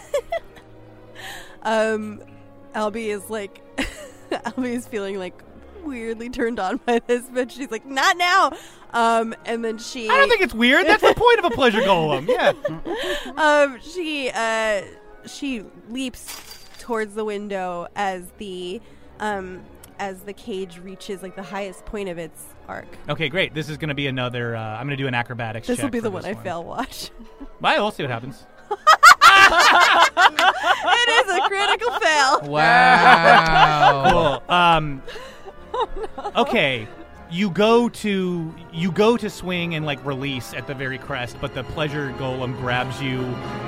H: [LAUGHS] um, Albie is like [LAUGHS] Albie is feeling like weirdly turned on by this, but she's like, not now. Um, and then she.
C: I don't think it's weird. That's the
H: [LAUGHS]
C: point of a pleasure golem. Yeah.
H: um, she uh, she leaps towards the window as the um as the cage reaches like the highest point of its arc.
C: Okay. Great. This is going to be another. Uh, I'm going to do an acrobatics.
H: This will
C: check
H: be
C: for
H: the one
C: this
H: I fail watch.
C: Bye. We'll see what happens.
H: [LAUGHS] it is a critical fail. Ah!
C: [LAUGHS] cool. Um, Okay, you go to you go to swing and like release at the very crest, but the pleasure golem grabs you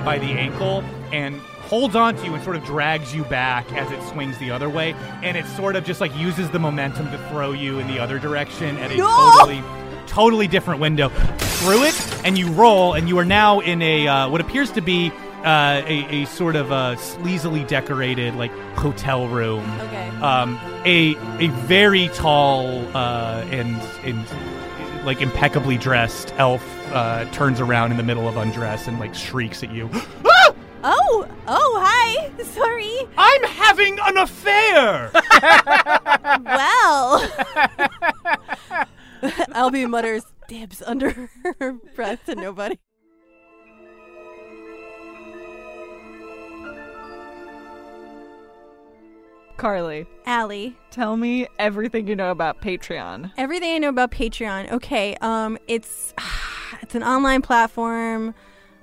C: by the ankle and holds onto you and sort of drags you back as it swings the other way, and it sort of just like uses the momentum to throw you in the other direction at a
O: No!
C: totally totally different window through it and you roll and you are now in a uh, what appears to be uh, a, a sort of a sleazily decorated like hotel room
H: Okay.
C: um, a a very tall uh, and and like impeccably dressed elf uh, turns around in the middle of undress and like shrieks at you. [GASPS]
H: Oh, oh, hi. Sorry.
C: I'm having an affair.
H: [LAUGHS] well,
C: [LAUGHS]
H: [LAUGHS] Albie mutters dibs under her [LAUGHS] breath to nobody.
I: Carly.
H: Allie.
I: Tell me everything you know about Patreon.
H: Everything I know about Patreon. Okay, um, it's [SIGHS] it's an online platform.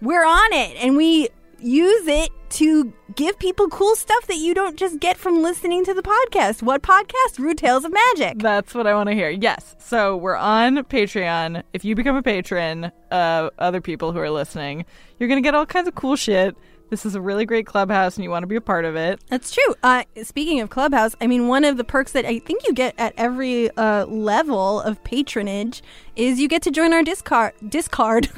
H: We're on it, and we use it to give people cool stuff that you don't just get from listening to the podcast. What podcast? Rude Tales of Magic.
I: That's what I want to hear. Yes. So we're on Patreon. If you become a patron, uh, other people who are listening, you're going to get all kinds of cool shit. This is a really great clubhouse, and you want to be a part of it.
H: That's true. Uh, speaking of Clubhouse, I mean, one of the perks that I think you get at every uh, level of patronage is you get to join our Discard, Discard, [LAUGHS]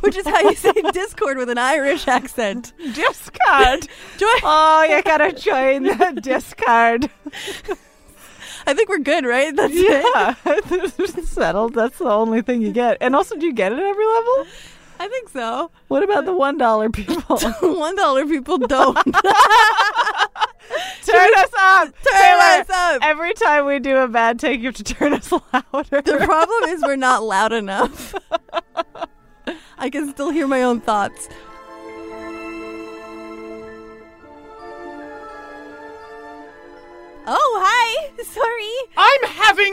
H: which is how
I: [LAUGHS]
H: you say Discord with an Irish accent.
I: Discard.
H: [LAUGHS] join-
I: oh, you gotta join
H: [LAUGHS]
I: the Discard.
H: I think we're good, right? That's
I: yeah, [LAUGHS] settled. That's the only thing you get. And also, do you get it at every level?
H: I think so. [LAUGHS]
I: What about the one dollar [LAUGHS] people?
H: One
I: [LAUGHS]
H: dollar people don't.
I: turn us up,
H: Turn us up.
I: Every time we do a bad take, you have to turn us [LAUGHS] louder.
H: the problem is we're not loud enough. [LAUGHS] I can still hear my own thoughts. Oh, hi. [LAUGHS] Sorry.
C: I'm having.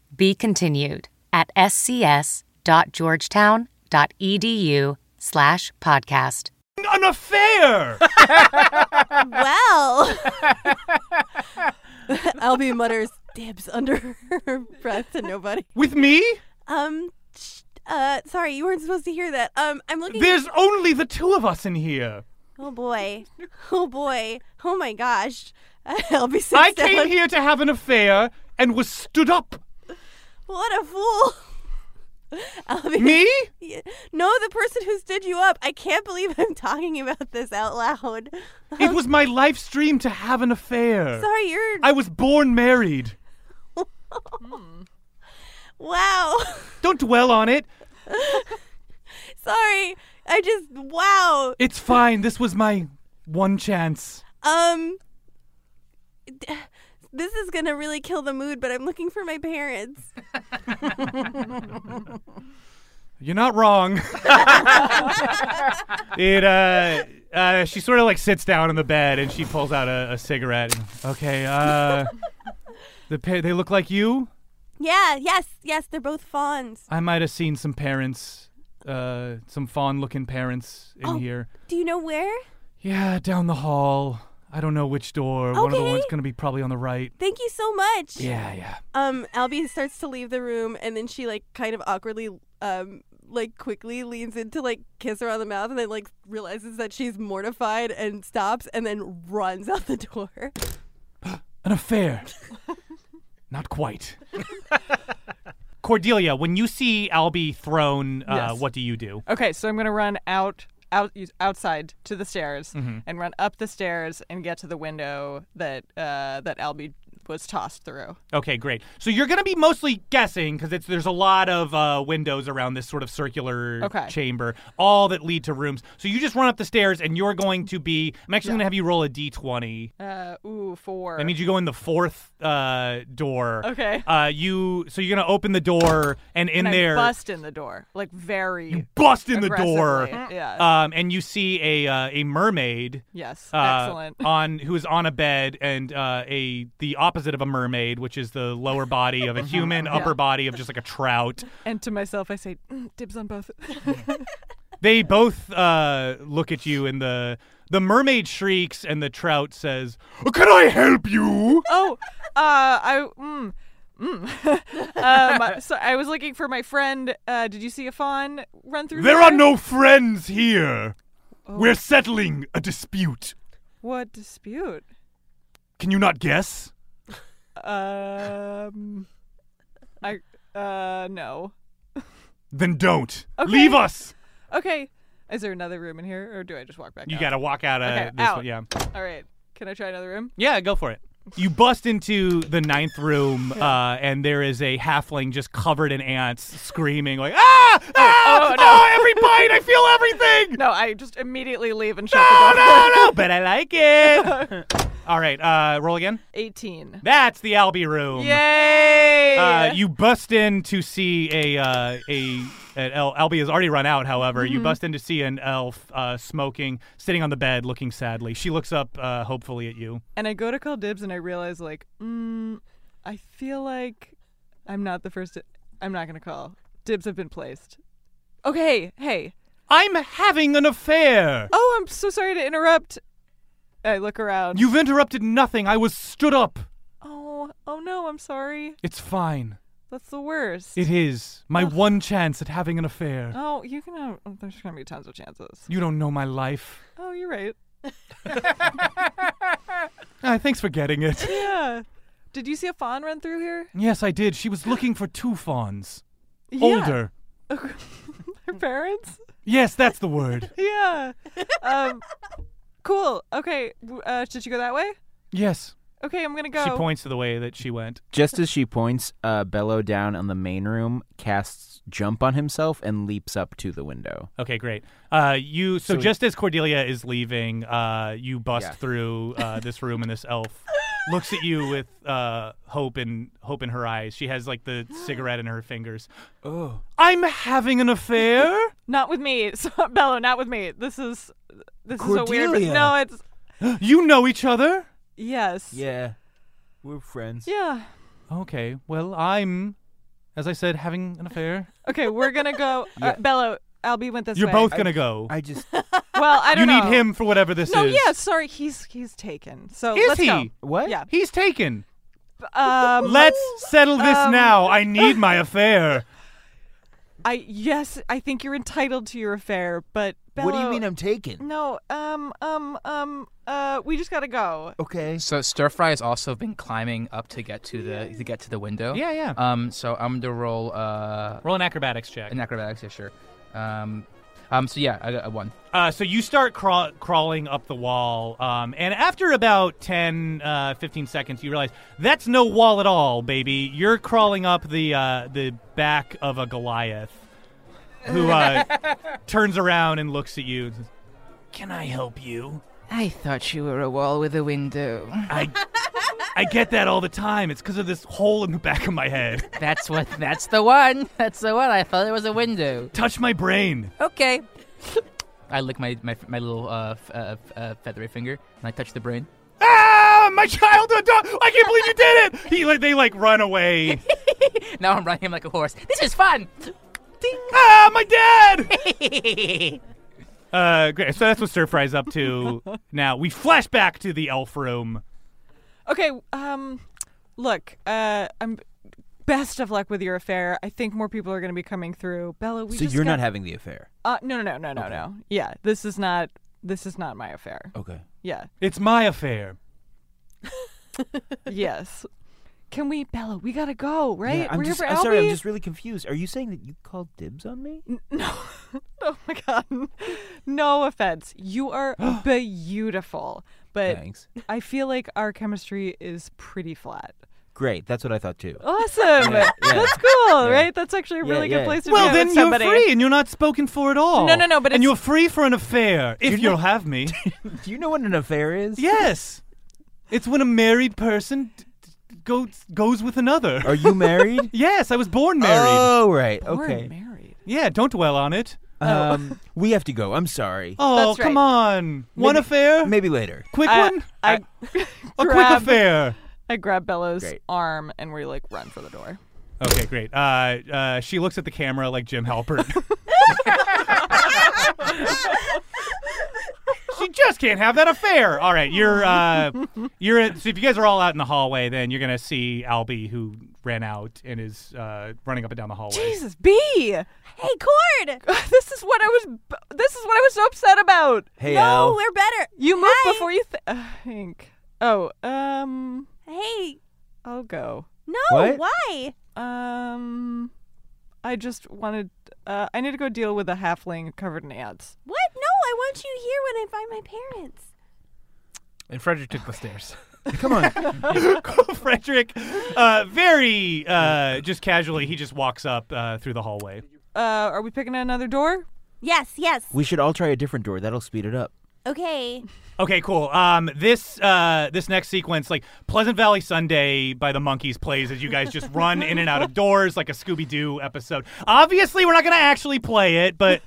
P: Be continued at scs.georgetown.edu E slash podcast.
C: An affair!
P: [LAUGHS]
H: Well. [LAUGHS] Albie mutters dibs under her breath to nobody.
C: With me?
H: Um, sh- uh, sorry, you weren't supposed to hear that. Um, I'm looking.
C: There's only the two of us in
H: [LAUGHS]
C: here.
H: Oh boy. Oh boy. Oh my gosh. [LAUGHS] Albie sits
C: I
H: down.
C: came here to have an affair and was stood up.
H: What a fool. [LAUGHS] Albie-
C: Me?
H: Yeah. No, the person who stood you up. I can't believe I'm talking about this out loud.
C: It was my life stream to have an affair.
H: Sorry, you're.
C: I was born married.
H: wow. [LAUGHS]
C: Don't dwell on it.
H: Sorry. I just. Wow.
C: It's fine. This was my one chance.
H: Um. d- This is gonna really kill the mood, but I'm looking for my parents. [LAUGHS]
C: You're not wrong. it uh, uh she sort of like sits down in the bed and she pulls out a, a cigarette. And, okay, uh the pa- they look like you.
H: Yeah. Yes. Yes. They're both fawns.
C: I might have seen some parents uh some fawn-looking parents in
H: Oh.
C: here.
H: Do you know where?
C: Yeah, down the hall. I don't know which door. One of the ones
H: Okay.
C: going to be probably on the right.
H: Thank you so much.
C: Yeah, yeah.
H: Um, Albie starts to leave the room, and then she like kind of awkwardly, um, like quickly leans in to like kiss her on the mouth, and then like realizes that she's mortified and stops, and then runs [LAUGHS] out the door.
C: An affair. Not quite. [LAUGHS] Cordelia, when you see Albie thrown, uh,
I: Yes.
C: what do you do?
I: Okay, so I'm gonna run out, out outside to the stairs
C: Mhm.
I: and run up the stairs and get to the window that uh, that Albie was tossed through.
C: Okay, great. So you're going to be mostly guessing because there's a lot of uh, windows around this sort of circular
I: Okay.
C: chamber, all that lead to rooms. So you just run up the stairs and you're going to be. I'm actually going to have you roll a d20.
I: Uh, ooh, four.
C: That means you go in the fourth uh, door.
I: Okay.
C: Uh, you so you're gonna open the door and in
I: and I
C: there
I: bust in the door like very.
C: bust in the door.
I: aggressively, Yeah.
C: Um, and you see a uh, a mermaid.
I: Yes,
C: uh,
I: excellent. [LAUGHS]
C: on who is on a bed, and uh, a the opposite opposite of a mermaid, which is the lower body of a
I: Mhm.
C: human,
I: Yeah.
C: upper body of just like a trout.
I: And to myself, I say, "Mm, dibs on both.
C: They both uh, look at you, and the the mermaid shrieks, and the trout says, [LAUGHS] "Can I help you?"
I: oh, uh, I. Mm, mm. [LAUGHS] um, so I was looking for my friend. Uh, did you see a fawn run through? Oh.
C: There
I: here?
C: are no friends here. We're settling a dispute.
I: What dispute?
C: Can you not guess?
I: Um, I. Uh, no.
C: Then don't
I: Okay.
C: leave us.
I: Okay. Is there another room in here, or do I just walk back?
C: You
I: out?
C: gotta walk out of
I: Okay,
C: this
I: out.
C: one, yeah.
I: All right. Can I try another room?
C: Yeah, go for it. You bust into the ninth room, uh, and there is a halfling just covered in ants, screaming like, [LAUGHS] "Ah!"
I: Ah! Oh, no.
C: every bite, I feel
I: [LAUGHS]
C: everything.
I: No, I just immediately leave and shut the door. No, [LAUGHS]
C: no, But I like it. All right, uh, roll again.
I: 18.
C: That's the Albie room.
I: Yay!
C: Uh, you bust in to see a uh, a an el- Albie has already run out. However, you
I: Mhm.
C: bust in to see an elf uh, smoking, sitting on the bed, looking sadly. She looks up uh, hopefully at you.
I: and I go to call dibs and I realize, like, mm, I feel like I'm not the first. To- I'm not going to call. Dibs have been placed. Okay, hey.
C: I'm having an affair. [GASPS]
I: Oh, I'm so sorry to interrupt. I look around.
C: You've interrupted nothing. I was stood up.
I: Oh, oh no, I'm sorry.
C: It's fine.
I: That's the worst.
C: It is my one chance at having an affair.
I: Oh, you can have. oh, There's going to be tons of chances.
C: You don't know my life.
I: Oh, you're right.
C: Ah, thanks for getting it.
I: [LAUGHS] yeah. Did you see a fawn run through here? [LAUGHS]
C: Yes, I did. She was looking for two fawns.
I: Yeah.
C: Older.
I: Her parents?
C: Yes, that's the
F: [LAUGHS]
C: word.
I: [LAUGHS] Yeah. Um, cool. Okay. w- Uh, should you go that way?
C: Yes.
I: Okay, I'm gonna go.
C: She points to the way that she went.
F: Just as she points uh, Bello down on the main room, casts jump on himself and leaps up to the window.
C: Okay, great. Uh, you so,
F: So we-
C: just as Cordelia is leaving, uh, you bust
F: Yeah.
C: through uh, this room, and this [LAUGHS] elf looks at you with uh, hope and hope in her eyes. She has like [GASPS] the cigarette in her fingers. Oh, I'm having an affair.
I: [LAUGHS] Not with me, so, Bello. Not with me. This is this is a
C: Cordelia.
I: weird. No, it's
C: you know each other.
I: yes.
F: Yeah, we're friends.
I: Yeah.
C: Okay. Well, I'm, as I said, having an affair.
I: Okay, we're gonna
C: [LAUGHS]
I: go. Uh,
C: Yeah.
I: Bello, Albie went this
C: You're
I: way.
C: both gonna go. I just.
I: [LAUGHS] Well, I
C: You
I: don't
C: need
I: know.
C: him for whatever this
I: no,
C: is.
I: yeah. Sorry, he's he's taken. So
C: Is
I: let's
C: he?
I: go.
F: What?
I: Yeah.
C: He's taken.
I: Um,
F: Oh,
C: Let's settle this
I: um,
C: now. I need my affair.
I: I yes, I think you're entitled to your affair, but Bello,
F: What do you mean I'm taken?
I: No, um, um, um, uh, we just gotta go.
F: Okay.
G: So stir fry has also been climbing up to get to the to get to the window.
C: Yeah, yeah.
G: Um, so I'm gonna roll uh
C: roll an acrobatics check.
G: An acrobatics, yeah, sure. Um, um, so yeah, I got a one.
C: Uh, so you start craw- crawling up the wall, um, and after about 10, uh, 15 seconds, you realize that's no wall at all, baby. You're crawling up the uh, the back of a Goliath, who uh, turns around and looks at you. and says, Can I help you?
G: I thought you were a wall with a window.
C: I I get that all the time. It's because of this hole in the back of my head.
G: [LAUGHS] That's what. That's the one. That's the one. I thought it was a window.
C: Touch my brain.
G: Okay. I lick my my, my little uh, f- uh, f- uh feathery finger and I touch the brain.
C: Ah, my childhood dog! I can't believe you did
H: [LAUGHS]
C: it. He like they like [LAUGHS] run
G: [LAUGHS]
C: away.
G: now I'm running him like a horse. This is fun.
C: Ah,
G: [LAUGHS]
C: my dad. Uh, great. So that's what Stir Fry's up to now. We flash back to the elf room.
I: Okay, um, look, uh, I'm. Best of luck with your affair. I think more people are going to be coming through. Bella, we
F: so
I: just
F: you're
I: got-
F: not having the affair.
I: Uh, no, no, no, no, no,
F: Okay.
I: no. Yeah, this is not. This is not my affair.
F: Okay.
I: Yeah.
C: It's my affair.
I: [LAUGHS] yes. Can we, Bella? We gotta go, right?
F: Yeah, I'm
I: We're
F: just,
I: here for
F: I'm sorry, I'm
I: Albie?
F: just really confused. Are you saying that you called dibs on me?
I: No. oh my god. No offense. You
F: [GASPS]
I: are beautiful, but
F: Thanks.
I: I feel like our chemistry is pretty flat.
F: Great. That's what I thought too.
I: Awesome.
F: [LAUGHS] Yeah, yeah.
I: That's cool,
F: Yeah.
I: right? That's actually a
F: Yeah,
I: really
F: yeah.
I: good place to
C: well,
I: be
C: then
I: with
C: you're
I: somebody.
C: free and you're not spoken for at all.
I: No, no, no, but
C: and
I: it's-
C: you're free for an affair if
I: you
C: you'll have me.
F: [LAUGHS] Do you know what an affair is?
C: yes, it's when a married person d- d- goes goes with another.
F: Are you married?
C: [LAUGHS] yes, I was born married.
F: Oh, right. okay.
I: married.
C: Yeah, don't dwell on it.
F: Um, [LAUGHS] we have to go. I'm sorry.
C: Oh, come on. One
F: Maybe-
C: affair?
F: Maybe later.
I: [LAUGHS]
C: Quick
I: I-
C: one?
I: I
C: a quick
I: grab-
C: affair.
I: I grab Bella's
C: Great.
I: arm and we like run for the door.
C: Okay, great. Uh, uh, she looks at the camera like Jim Halpert. she just can't have that affair. All right, you're uh, you're at, so if you guys are all out in the hallway, then you're gonna see Albie who ran out and is uh, running up and down the hallway.
I: Jesus, B. Hey, Cord. [LAUGHS] this is what I was. b- This is what I was so upset about.
F: Hey, No, Al. we're
I: better. You move before you th- uh, think. Oh, um. Hey. I'll go.
H: No,
F: What?
H: why?
I: Um. I just wanted. Uh, I need to go deal with a halfling covered in
F: [LAUGHS]
I: ants. [LAUGHS]
H: What? No, I want you here when I find my parents.
E: And Frederick took the stairs.
F: Come
C: on. [LAUGHS] Frederick, uh, very uh, just casually, he just walks up uh, through the hallway.
I: Uh, are we picking another door?
H: Yes. Yes.
F: We should all try a different door. That'll speed it up.
H: Okay.
C: Okay, cool. Um, this uh, this next sequence, like Pleasant Valley Sunday by the Monkeys, plays as you guys just run in and out of doors like a Scooby Doo episode. Obviously, we're not gonna actually play it,
H: [LAUGHS]
C: but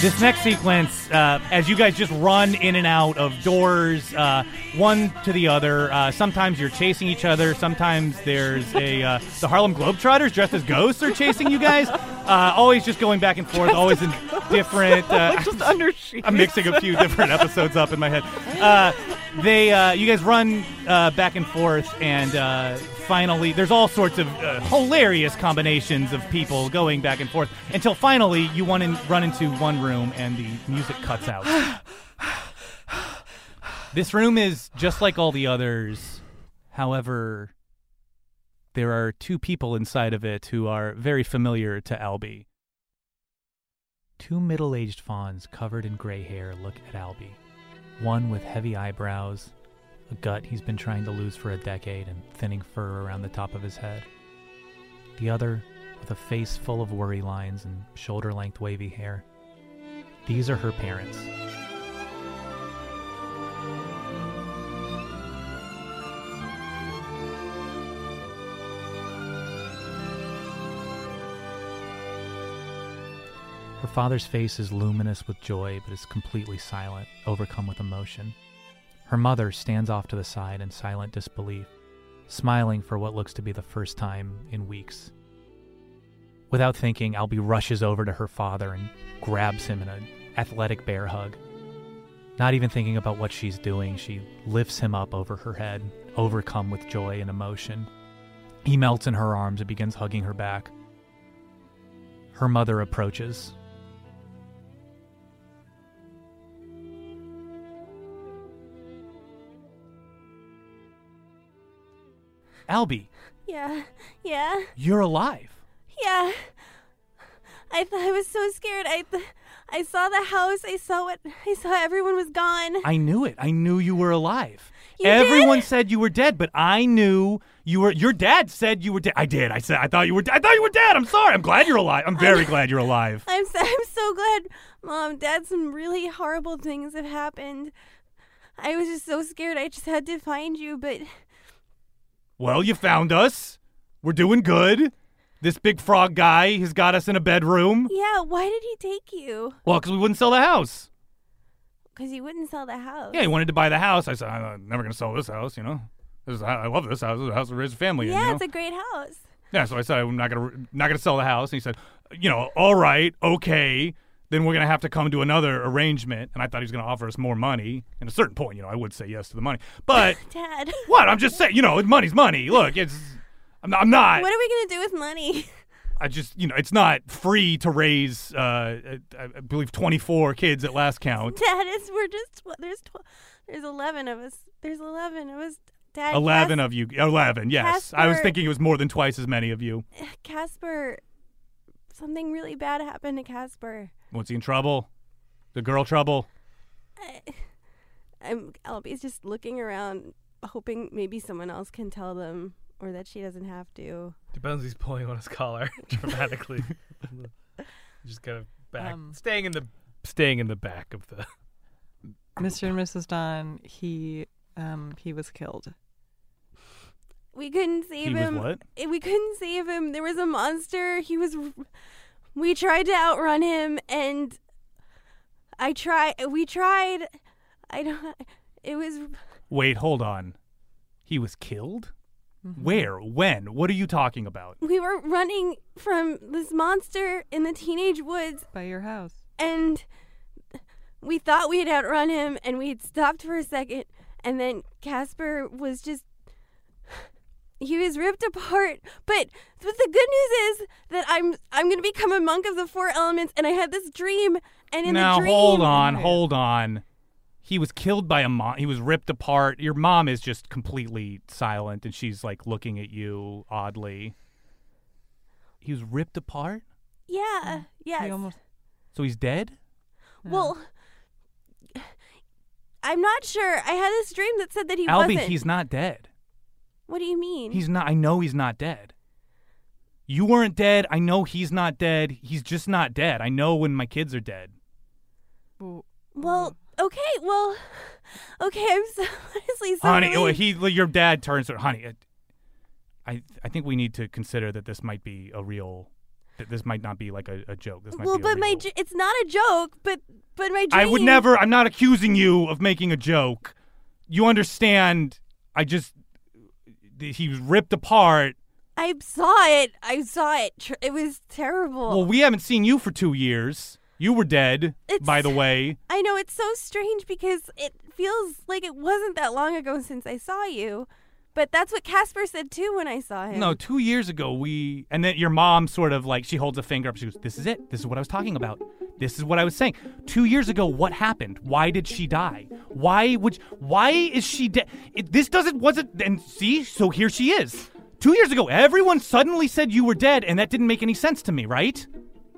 C: This next sequence, uh, as you guys just run in and out of doors, uh, one to the other. Uh, sometimes you're chasing each other. Sometimes there's a uh, the Harlem Globetrotters dressed as ghosts are chasing you guys. Uh, always just going back and forth. always in different. Uh,
I: Just undersheets.
C: I'm mixing a few different episodes up in my head. Uh, they, uh, you guys run uh, back and forth, and uh, finally, there's all sorts of uh, hilarious combinations of people going back and forth until finally you one in, run into one room and the music cuts out. this room is just like all the others. However, there are two people inside of it who are very familiar to Albie. Two middle aged fawns covered in gray hair look at Albie. One with heavy eyebrows, a gut he's been trying to lose for a decade, and thinning fur around the top of his head. The other with a face full of worry lines and shoulder length wavy hair. These are her parents. Her father's face is luminous with joy, but is completely silent, overcome with emotion. Her mother stands off to the side in silent disbelief, smiling for what looks to be the first time in weeks. Without thinking, Albie rushes over to her father and grabs him in an athletic bear hug. Not even thinking about what she's doing, she lifts him up over her head, overcome with joy and emotion. He melts in her arms and begins hugging her back. Her mother approaches. Albie,
H: Yeah. Yeah.
C: you're alive.
H: Yeah. I th- I was so scared. I th- I saw the house. I saw what I saw. Everyone was gone.
C: I knew it. I knew you were alive.
H: You
C: Everyone said you were dead, but I knew you were. Your dad said you were dead. I did. I said I thought you were. I thought you were dead. I'm sorry. I'm glad you're alive. I'm
H: [LAUGHS]
C: very glad you're alive.
H: I'm so, I'm so glad, Mom, Dad. Some really horrible things have happened. I was just so scared. I just had to find you, but
C: Well, you found us. We're doing good. This big frog guy has got us in a bedroom.
H: yeah. Why did he take you?
C: Well, because we wouldn't sell the house.
H: Because he wouldn't sell the house.
C: Yeah, he wanted to buy the house. I said I'm uh, never gonna sell this house. You know, this is, I I love this house. This is the house to raise a family. in,
H: Yeah,
C: you know?
H: it's a great house.
C: Yeah, so I said I'm not gonna not gonna sell the house, and he said, you know, all right, okay, then we're gonna have to come to another arrangement. And I thought he was gonna offer us more money. And at a certain point, you know, I would say yes to the money, but
H: Dad.
C: what? I'm just saying, you know, money's money. Look, it's I'm not. I'm not
H: What are we gonna do with money? [LAUGHS]
C: I just you know, it's not free to raise. Uh, I, I believe 24 kids at last count.
H: Dad, it's we're just tw- there's tw- there's eleven of us. There's eleven of us. Dad,
C: 11 of you. 11, yes. I was
H: Casper-
C: thinking it was more than twice as many of you.
H: Cas- Casper, something really bad happened to Casper.
C: What's he in trouble? The girl trouble?
H: I'm Albie's just looking around, hoping maybe someone else can tell them, or that she doesn't have to.
E: Debounsy's pulling on his collar [LAUGHS]
F: [LAUGHS]
E: dramatically. Just kind of back,
I: Um,
E: staying in the staying in the back of the.
I: Mr. and Mrs. Don, he um he was killed.
H: we couldn't save
C: He was
H: him.
C: what?
H: Eh, We couldn't save him. There was a monster. He was. r- We tried to outrun him, and I tried. We tried. I don't. It was.
C: Wait, hold on. He was killed? Where? When? What are you talking about?
H: We were running from this monster in the teenage woods
I: by your house,
H: and we thought we had outrun him, and we had stopped for a second, and then Casper was just. He was ripped apart, but but the good news is that I'm I'm gonna become a monk of the four elements, and I had this dream, and in
C: now
H: the dream,
C: hold on, hold on. He was killed by a mom. He was ripped apart. Your mom is just completely silent, and she's like looking at you oddly. He was ripped apart,
H: yeah, yes.
C: so he's dead.
H: Well, I'm not sure. I had this dream that said that he
C: Albie,
H: wasn't.
C: he's not dead.
H: What do you mean?
C: He's not. I know he's not dead. You weren't dead. I know he's not dead. He's just not dead. I know when my kids are dead.
H: Well,
C: uh,
H: okay, well, [LAUGHS] okay. I'm so, [LAUGHS] honestly so
C: honey, oh,
H: relieved.
C: he your dad turns to honey. it- I I think we need to consider that this might be a real. That this might not be like a, a joke. This might
H: Well,
C: be. A
H: but my j- it's not a joke, but but my dream.
C: I would never. I'm not accusing you of making a joke. You understand? I just he was ripped apart.
H: I saw it. I saw it. Tr- It was terrible.
C: Well, we haven't seen you for two years. You were dead, by the way.
H: I know it's so strange because it feels like it wasn't that long ago since I saw you, but that's what Casper said too when I saw him.
C: No, two years ago we and then your mom sort of like she holds a finger up. She goes, "This is it. This is what I was talking about. This is what I was saying. Two years ago, what happened? Why did she die? Why would? Why is she dead? This doesn't wasn't. And see, so here she is. Two years ago, everyone suddenly said you were dead, and that didn't make any sense to me, right?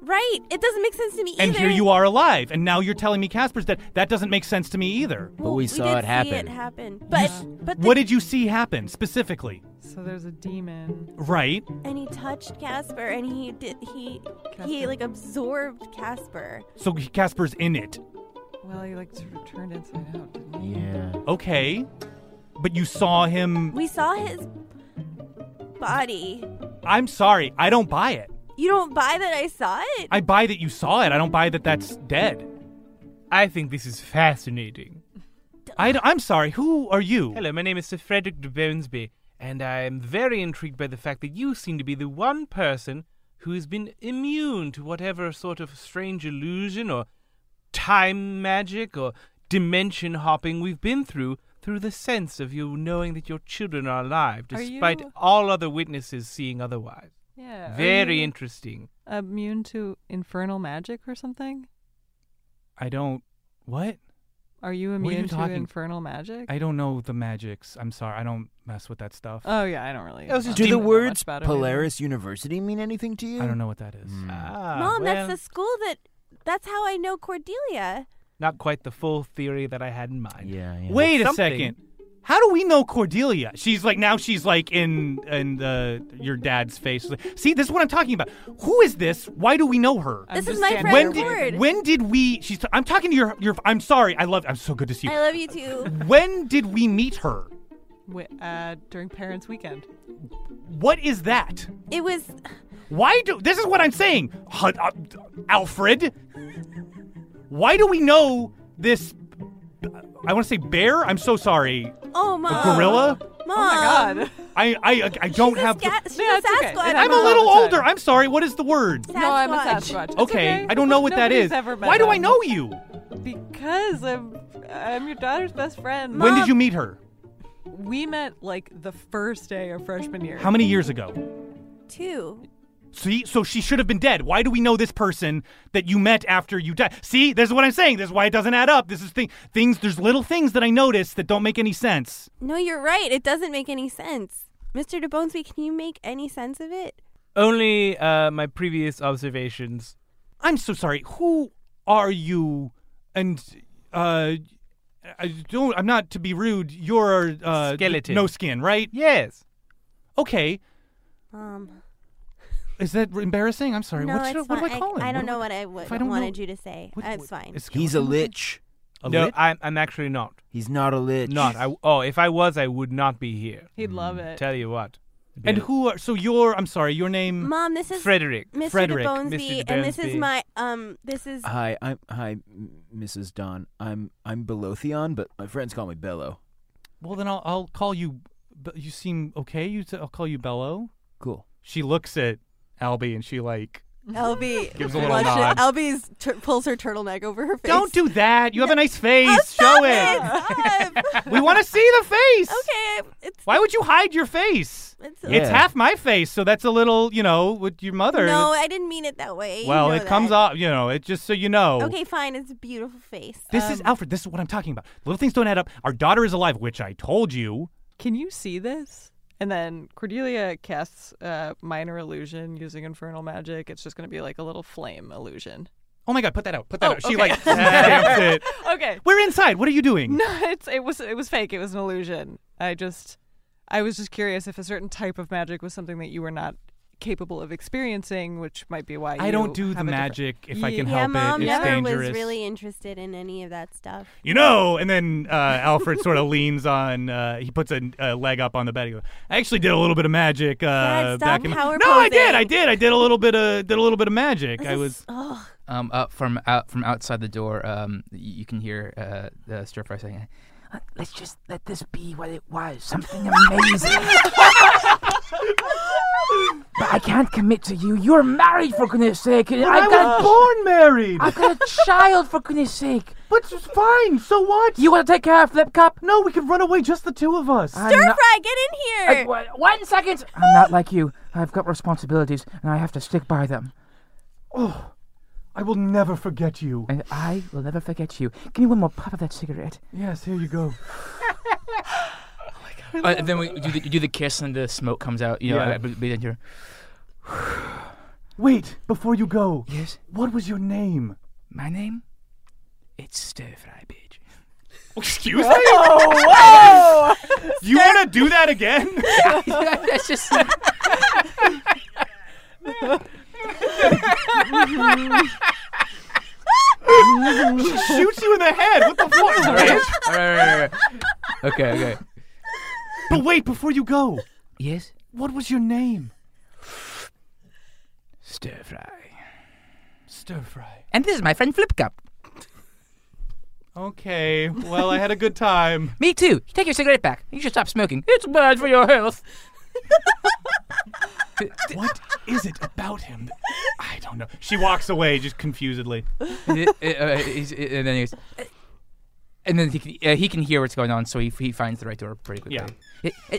H: right? It doesn't make sense to me
C: And
H: either.
C: here you are alive, and now you're telling me Casper's dead. That doesn't make sense to me either.
H: Well, we did See it happen, but but the-
C: What did you see happen specifically?
I: so there's a demon.
C: Right.
H: and he touched Casper, and he did he he like absorbed Casper.
C: So Casper's in it.
I: Well, he like sort of turned inside out. Didn't he?
C: Yeah. Okay. But you saw him.
H: We saw his body.
C: I'm sorry. I don't buy it.
H: You don't buy that I saw it?
C: I buy that you saw it. I don't buy that that's dead.
E: I think this is fascinating.
C: I, am sorry, who are you?
E: Hello, my name is Sir Frederick de Bonesby, and I am very intrigued by the fact that you seem to be the one person who has been immune to whatever sort of strange illusion or time magic or dimension hopping we've been through through the sense of you knowing that your children are alive
I: Are
E: despite
I: you-
E: all other witnesses seeing otherwise.
I: Yeah. are
E: Very
I: you
E: interesting.
I: Immune to infernal magic or something?
C: I don't. What?
I: Are you
C: What are you
I: immune to
C: talking-
I: infernal magic?
C: I don't know the magics. I'm sorry. I don't mess with that stuff.
I: Oh yeah, I don't really.
F: That was just
I: know
F: Do the
I: much
F: words
I: about it either.
F: Polaris University mean anything to you? I don't
C: know what that is.
E: Ah,
H: Mom,
E: well,
H: that's the school that that's how I know Cordelia.
E: not quite the full theory that I had in mind.
F: Yeah, yeah.
C: Wait a second. How do we know Cordelia? She's like now she's like in in the your dad's face. See, this is what I'm talking about. Who is this? Why do we know her?
H: This is my friend
C: when did
H: Cord.
C: when did we? She's. i I'm talking to your your. I'm sorry. I love. I'm so good to see you.
H: I love you too.
C: When did we meet her?
I: Wi- uh, during Parents' Weekend.
C: What is that?
H: It was
C: Why do this is what I'm saying, Hu- uh, Alfred? Why do we know this? I want to say bear. I'm so sorry.
H: oh
C: A
H: mom.
C: gorilla.
H: Mom. Oh
I: my god.
C: I I I don't have. the-
H: Ga- she's
I: No,
H: a
I: it's okay.
H: Sasquatch.
I: It
C: I'm a
I: happens
C: little
I: all the
C: older. I'm sorry. What is the word?
I: No, I'm a Sasquatch. It's
C: okay. I don't know what that
I: Nobody's
C: is.
I: ever met
C: Why do I
I: him.
C: know you?
I: Because I'm, I'm your daughter's best friend.
C: When did you meet her?
I: We met like the first day of freshman year.
C: How many years ago?
H: Two.
C: See, so she should have been dead. Why do we know this person that you met after you died? See, this is what I'm saying. This is why it doesn't add up. This is thing, things. There's little things that I notice that don't make any sense.
H: No, you're right. It doesn't make any sense. Mr. DeBonesby, can you make any sense of it?
E: Only uh, my previous observations.
C: I'm so sorry. Who are you? And uh, I don't. I'm not to be rude. You're uh,
E: Skeleton.
C: no skin, right?
E: Yes.
C: Okay.
H: Um
C: Is that embarrassing? I'm sorry.
H: no,
C: what
H: it's
C: should, what do
H: fine.
C: I call him?
H: I,
C: What
H: don't
C: do
H: know what I would
C: if I don't
H: wanted
C: know-
H: you to say.
C: What-
H: That's
C: what-
H: fine.
C: is
F: He's a
C: skeleton?
F: lich.
E: A no,
F: lit?
E: I'm, I'm actually not.
F: He's not a lich.
E: Not. I, oh, if I was, I would not be here.
I: He'd love
F: Mm.
I: it.
E: Tell you what.
C: And who are so your I'm sorry, your name
H: Mom, this is
E: Frederick.
H: Mr.
E: Frederick.
H: DeBonesby,
F: Mr.
H: and this is
F: DeBonesby.
H: my um. This is
C: Uh,
F: Hi, I'm hi, M- Mrs. Don. I'm I'm Belotheon, but my friends call me Bello.
C: Well, then I'll, I'll call you. Be- You seem okay. You t- I'll call you Bello.
F: Cool.
C: She looks at Albie and she like
D: LB
C: Gives a little
D: blushes-
C: nod.
D: LB's tur pulls her turtleneck over her face.
C: Don't do that. You have a nice face. Show it. [LAUGHS] we want to see the face.
H: Okay.
C: Why would you hide your face? It's,
H: Oh, It's- Yeah.
C: half my face, so that's a little, you know, with your mother.
H: No, I didn't mean it that way. You
C: well,
H: know
C: it comes
H: that.
C: off, you know, it just so you know.
H: Okay, fine. It's a beautiful face.
C: This is
H: Um,
C: Alfred. This is what I'm talking about. Little things don't add up. Our daughter is alive, which I told you.
I: Can you see this? And then Cordelia casts uh, minor illusion using infernal magic. It's just going to be like a little flame illusion.
C: Oh my god, put that out. Put that
I: Oh,
C: out.
I: okay.
C: She
I: [LAUGHS]
C: like [LAUGHS] stamps it.
I: Okay.
C: We're inside. What are you doing?
I: No, it's it was it was fake. It was an illusion. I just I was just curious if a certain type of magic was something that you were not capable of experiencing, which might be why
C: I
I: you
C: don't
I: have
C: do the
I: a different-
C: magic if I
I: Ye-
C: can
I: yeah,
C: help
I: Mom,
C: it. It's
I: never
H: I Um, was
C: dangerous.
H: really interested in any of that stuff.
C: you know, and then uh, Alfred
H: [LAUGHS]
C: sort of leans on. Uh, he puts a, a leg up on the bed. He goes, "I actually did a little bit of magic uh,
H: Dad, stop
C: back in."
H: power
C: no, I did.
H: posing.
C: I did. I did a little
H: [LAUGHS]
C: bit of did a little bit of magic. I was.
H: Oh,
G: Um, uh, from out from outside the door, um, y- you can hear uh, the stir fry saying, "Uh, "Let's just let this be what it was, something amazing." but I can't commit to you. You're married, for goodness sake. and
A: I
G: I've got
A: was born
C: married.
G: I've got a child, for goodness sake.
A: But it's fine. So what?
G: You want to take care of Flip Cup?
A: No, we can run away, just the two of us.
G: I'm Stir not-
H: fry, get in
G: here. one second. I'm not like you. I've got responsibilities, and I have to stick by them.
A: Oh, I will never forget you.
G: And I will never forget you. Give me one more puff of that cigarette.
A: Yes, here you go.
Q: Uh, then we do the, you do the kiss and the smoke comes out. You know,
A: Yeah.
Q: yeah. but, but then you're
A: Wait, before you go.
Q: Yes.
A: What was your name?
G: My name?
Q: it's stir fry, bitch.
C: [LAUGHS] Excuse
A: me?
C: Whoa, [LAUGHS] You want to do that again?
G: That's just.
C: she shoots you in the head. What
G: [LAUGHS]
C: the fuck?
Q: All right, all right, all right. Okay, okay.
C: But wait, before you go,
Q: Yes,
C: what was your name?
Q: stir fry.
C: Stir fry.
G: And this is my friend Flip Cup.
C: Okay. Well, I had [LAUGHS] a good time.
G: [LAUGHS] Me too. Take your cigarette back. You should stop smoking. It's bad for your health.
C: [LAUGHS] what is it about him? I don't know. She walks away just confusedly.
Q: Uh, uh, he's- uh, and then he goes, "Uh," and then he can, uh, he can hear what's going on, so he, he finds the right door pretty quickly. Yeah.
G: Uh,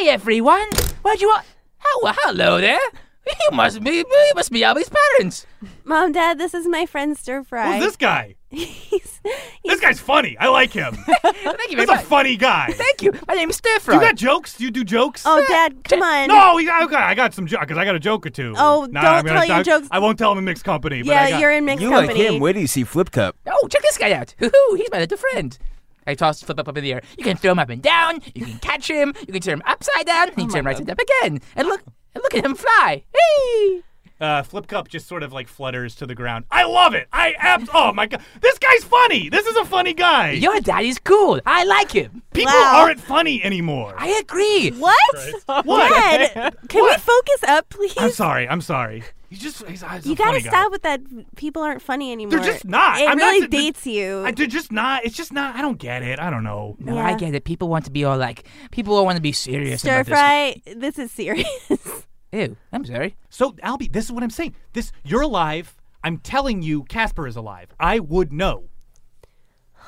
G: Hey everyone! Where'd you want? Oh, well, hello there. You must be you must be Albie's parents.
H: Mom, Dad, this is my friend Stir Fry.
C: Who's this
H: [LAUGHS]
C: guy? this guy's funny. I like him. Thank
G: you
C: He's a funny guy.
G: Thank you. My name's Stir
C: Do you got jokes? Do you do jokes?
H: Oh,
C: [LAUGHS]
H: Dad, come on.
C: No, we got, okay, I got some jokes because I got a joke or two.
H: Oh,
C: Nah,
H: don't
C: I'm gonna-
H: tell your
C: I-
H: jokes.
C: I won't tell him in mixed company. but I
H: Yeah,
C: got-
H: you're in mixed
F: you like
H: company.
F: him? Wait till you see Flip Cup.
G: Oh, check this guy out. Hoo-hoo, he's my little friend. I toss Flip Up up in the air. You can throw him up and down. You can catch him. You can turn him upside down.
C: Oh
G: You can turn him right side up again. And look, and look at him fly. Hey!
C: Uh, Flip Cup just sort of like flutters to the ground. I love it. I abs. Oh my god, this guy's funny. This is a funny guy.
G: Your daddy's cool. I like him.
C: People
G: Wow.
C: aren't funny anymore.
G: I agree.
H: What?
C: [LAUGHS] What?
H: Dad, can we focus up, please?
C: I'm sorry. I'm sorry. He's just he's, he's
H: you
C: got
H: gotta
C: to
H: stop with that. People aren't funny anymore.
C: They're just not.
H: It
C: I'm not
H: really
C: the- the-
H: dates you.
C: I, they're just not. It's just not. I don't get it. I don't know.
G: No, I get it. People want to be all like, people all want to be serious
H: Stir
G: about this.
H: Fry, [LAUGHS] this is serious.
G: Ew, I'm sorry.
C: So, Albie, this is what I'm saying. This, you're alive. I'm telling you, Casper is alive. I would know.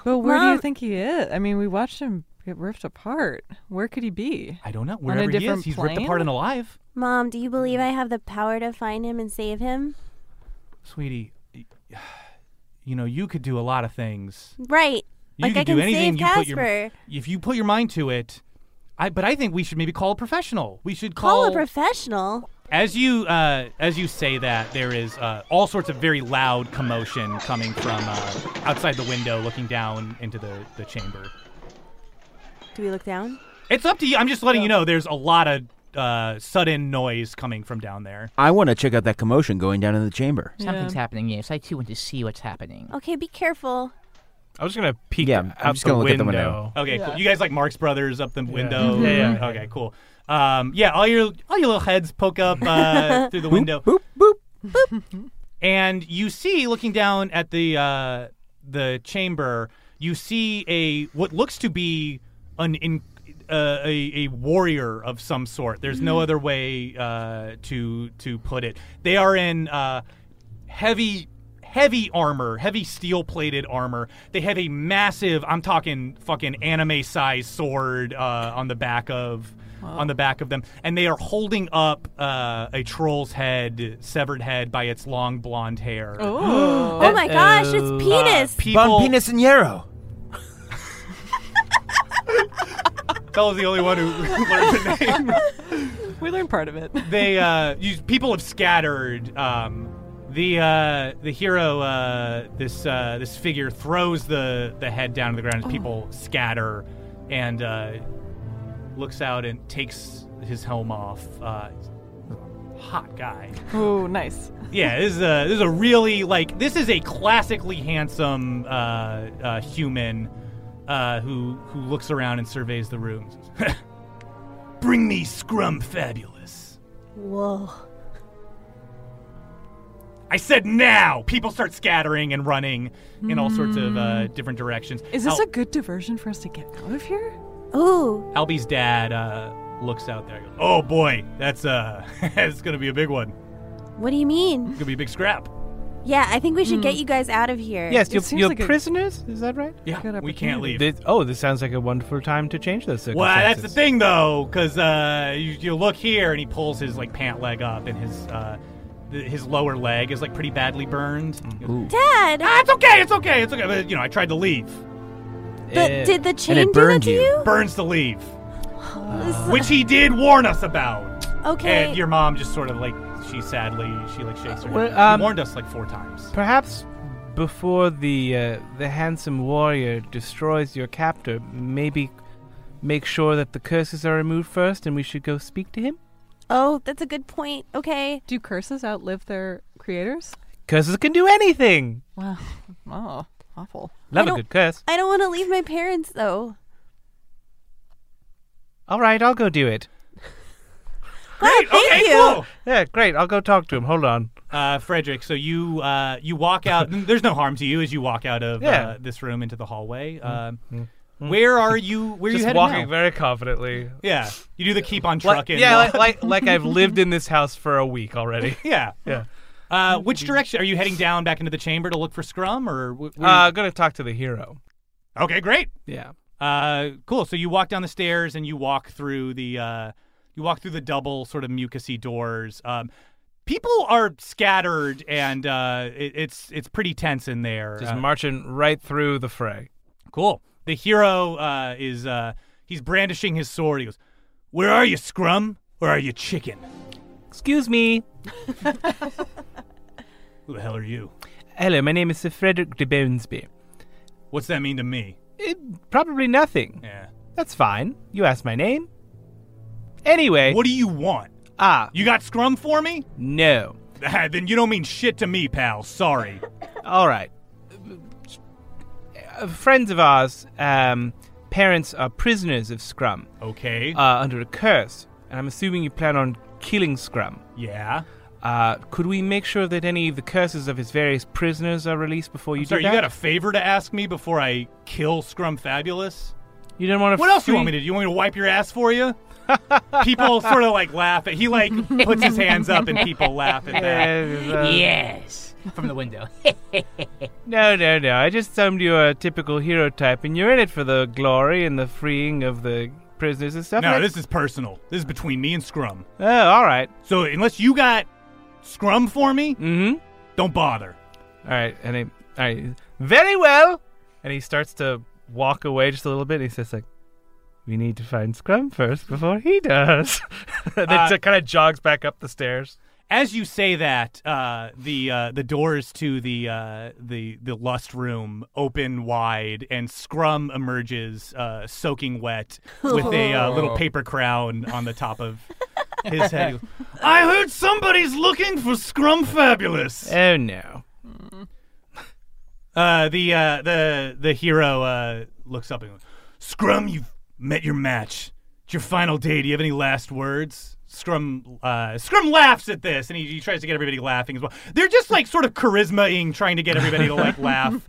I: But where do you
C: Mom-
I: think he is? I mean, we watched him get ripped apart. Where could he be?
C: I don't know.
I: On a
C: Wherever he
I: different
C: is, he's
I: plane?
C: ripped apart and alive.
H: Mom, do you believe I have the power to find him and save him?
C: Sweetie, you know, you could do a lot of things.
H: Right.
C: You
H: like
C: could
H: I can
C: do anything
H: save
C: you
H: Casper.
C: put your if you put your mind to it. I, but I think we should maybe call a professional. We should
H: Call
C: call,
H: a professional.
C: As you uh, as you say that, there is uh, all sorts of very loud commotion coming from uh, outside the window, looking down into the, the chamber.
H: Do we look down?
C: It's up to you. I'm just letting you know. There's a lot of uh, sudden noise coming from down there.
F: I want to check out that commotion going down in the chamber.
G: Something's happening, yes. I too want to see what's happening.
H: Okay, be careful.
E: I was gonna peek
F: Yeah, I'm
E: out
F: just gonna
E: the
F: look at the
E: window.
F: window.
C: Okay, cool. You guys like Marx Brothers up the window? Mm-hmm.
E: Yeah, yeah.
C: Okay, cool. Um, yeah, all your all your little heads poke up uh, through the window. Boop boop boop. and you see, looking down at the uh, the chamber, you see a what looks to be an in, uh, a, a warrior of some sort. There's no
R: Mhm.
C: other way uh, to to put it. They are in uh, heavy heavy armor, heavy steel plated armor. They have a massive, I'm talking fucking anime size sword uh, on the back of on the back of them, and they are holding up uh, a troll's head, severed head by its long blonde hair. [GASPS]
H: Oh. Oh my gosh, it's
C: Uh-oh.
H: penis.
C: Uh, people-
F: penis and yarrow.
C: Bella's the only one who learned the name.
I: we learned part of it.
C: they uh, you, people have scattered. Um, the uh, the hero uh, this uh, this figure throws the the head down to the
I: Oh.
C: ground. as People scatter, and uh, looks out and takes his helm off. Uh, hot guy.
I: Ooh, nice.
C: Yeah, this is a this is a really like this is a classically handsome uh, uh, human uh, who who looks around and surveys the room. Bring me Scrum Fabulous.
H: Whoa.
C: [LAUGHS] I said now. People start scattering and running in all sorts of uh, different directions.
I: Hmm. Is this
C: Al-
I: a good diversion for us to get out of here?
H: Ooh.
C: Albie's dad uh, looks out there. and goes, oh boy, that's uh, [LAUGHS] it's gonna be a big one.
H: What do you mean?
C: It's gonna be a big scrap.
H: Yeah, I think we should
I: Hmm.
H: get you guys out of here.
E: Yes, you're, you're prisoners. Is that right?
C: Yeah, we can't leave.
E: This- oh, this sounds like a wonderful time to change those circumstances.
C: Well, that's the thing though, because uh, you, you look here and he pulls his like pant leg up, and his uh, th- his lower leg is like pretty badly burned.
H: Mm-hmm. Dad!
C: Ah, it's okay, it's okay, it's okay. But you know, I tried to leave.
H: But Eh. did the And chain it do that burned to you? Ah. you?
C: Burns the
H: [LAUGHS]
C: leave, which he did warn us about.
H: Okay.
C: And your mom just sort of like she sadly she like shakes her
E: Well,
C: head.
E: um,
C: she warned us like four times.
E: Perhaps before the uh, the handsome warrior destroys your captor, maybe make sure that the curses are removed first, and we should go speak to him.
H: Oh, that's a good point. Okay.
I: Do curses outlive their creators?
E: Curses can do anything.
I: Wow. Oh, awful.
E: Love
H: I
E: a
H: don't-
E: good curse.
H: I don't want to leave my parents though.
E: All right, I'll go do it.
H: Great.
C: Thank okay, you. cool.
E: Yeah, great. I'll go talk to him. Hold on.
C: Uh, Frederick, so you uh, you walk out. [LAUGHS] there's no harm to you as you walk out of
E: Yeah. Mm-hmm.
C: uh, this room into the hallway. Um, Where are you? Where
E: Just
C: are you headed
E: walking
C: now?
E: very confidently.
C: Yeah, you do the keep on
E: [LAUGHS] Like,
C: trucking.
E: yeah, like, like like I've lived in this house for a week already.
C: [LAUGHS] yeah,
E: yeah.
C: [LAUGHS] Uh, which direction are you heading down back into the chamber to look for Scrum or? Wh- where-
E: Uh, gonna talk to the hero.
C: okay, great.
E: Yeah.
C: Uh, cool. So you walk down the stairs and you walk through the uh, you walk through the double sort of mucusy doors. Um, people are scattered and uh, it, it's it's pretty tense in there.
E: Just
C: Uh,
E: marching right through the fray.
C: Cool. The hero uh, is uh, he's brandishing his sword. He goes, "Where are you, Scrum? Or are you chicken?
E: Excuse me.
C: Who the hell are you?
E: Hello, my name is Sir Frederick de Bonesby.
C: What's that mean to me?"
E: Probably nothing.
C: Yeah.
E: That's fine. You asked my name. Anyway.
C: What do you want?
E: Ah.
C: You got Scrum for me?
E: No.
C: [LAUGHS] then you don't mean shit to me, pal. Sorry.
E: All right. Uh, friends of ours, um, parents are prisoners of Scrum.
C: Okay.
E: Uh, under a curse. And I'm assuming you plan on killing Scrum.
C: Yeah.
E: Uh, could we make sure that any of the curses of his various prisoners are released before you do
C: Sorry,
E: that?
C: you got a favor to ask me before I kill Scrum Fabulous?
E: You didn't want to.
C: What else you want me to do? You want me to wipe your ass for you? [LAUGHS] people sort of like laugh at. He like puts his hands up and people laugh at
E: [LAUGHS] uh,
G: [LAUGHS]
C: that.
G: yes, from the window. [LAUGHS]
E: [LAUGHS] No, no, no. I just summed you a typical hero type, and you're in it for the glory and the freeing of the prisoners and stuff.
C: No,
E: Like-
C: this is personal. This is between me and Scrum.
E: Oh, all right.
C: So unless you got Scrum for me,
E: mm-hmm.
C: don't bother.
E: All right, and I, all right, very well. And he starts to walk away just a little bit. And he says, like, "We need to find Scrum first before he does." [LAUGHS] and then
C: Uh,
E: t- kind of jogs back up the stairs.
C: As you say that, uh, the uh, the doors to the uh, the the lust room open wide, and Scrum emerges, uh, soaking wet, with a uh, little
R: Oh.
C: paper crown on the top of his head.
D: [LAUGHS]
C: He goes,
R: I heard somebody's looking for Scrum Fabulous.
E: Oh no.
C: Uh, the uh, the the hero uh, looks up and goes, Scrum, you've met your match. It's your final day. Do you have any last words? Scrum uh, Scrum laughs at this, and he, he tries to get everybody laughing as well. They're just like sort of charisma-ing, trying to get everybody to like laugh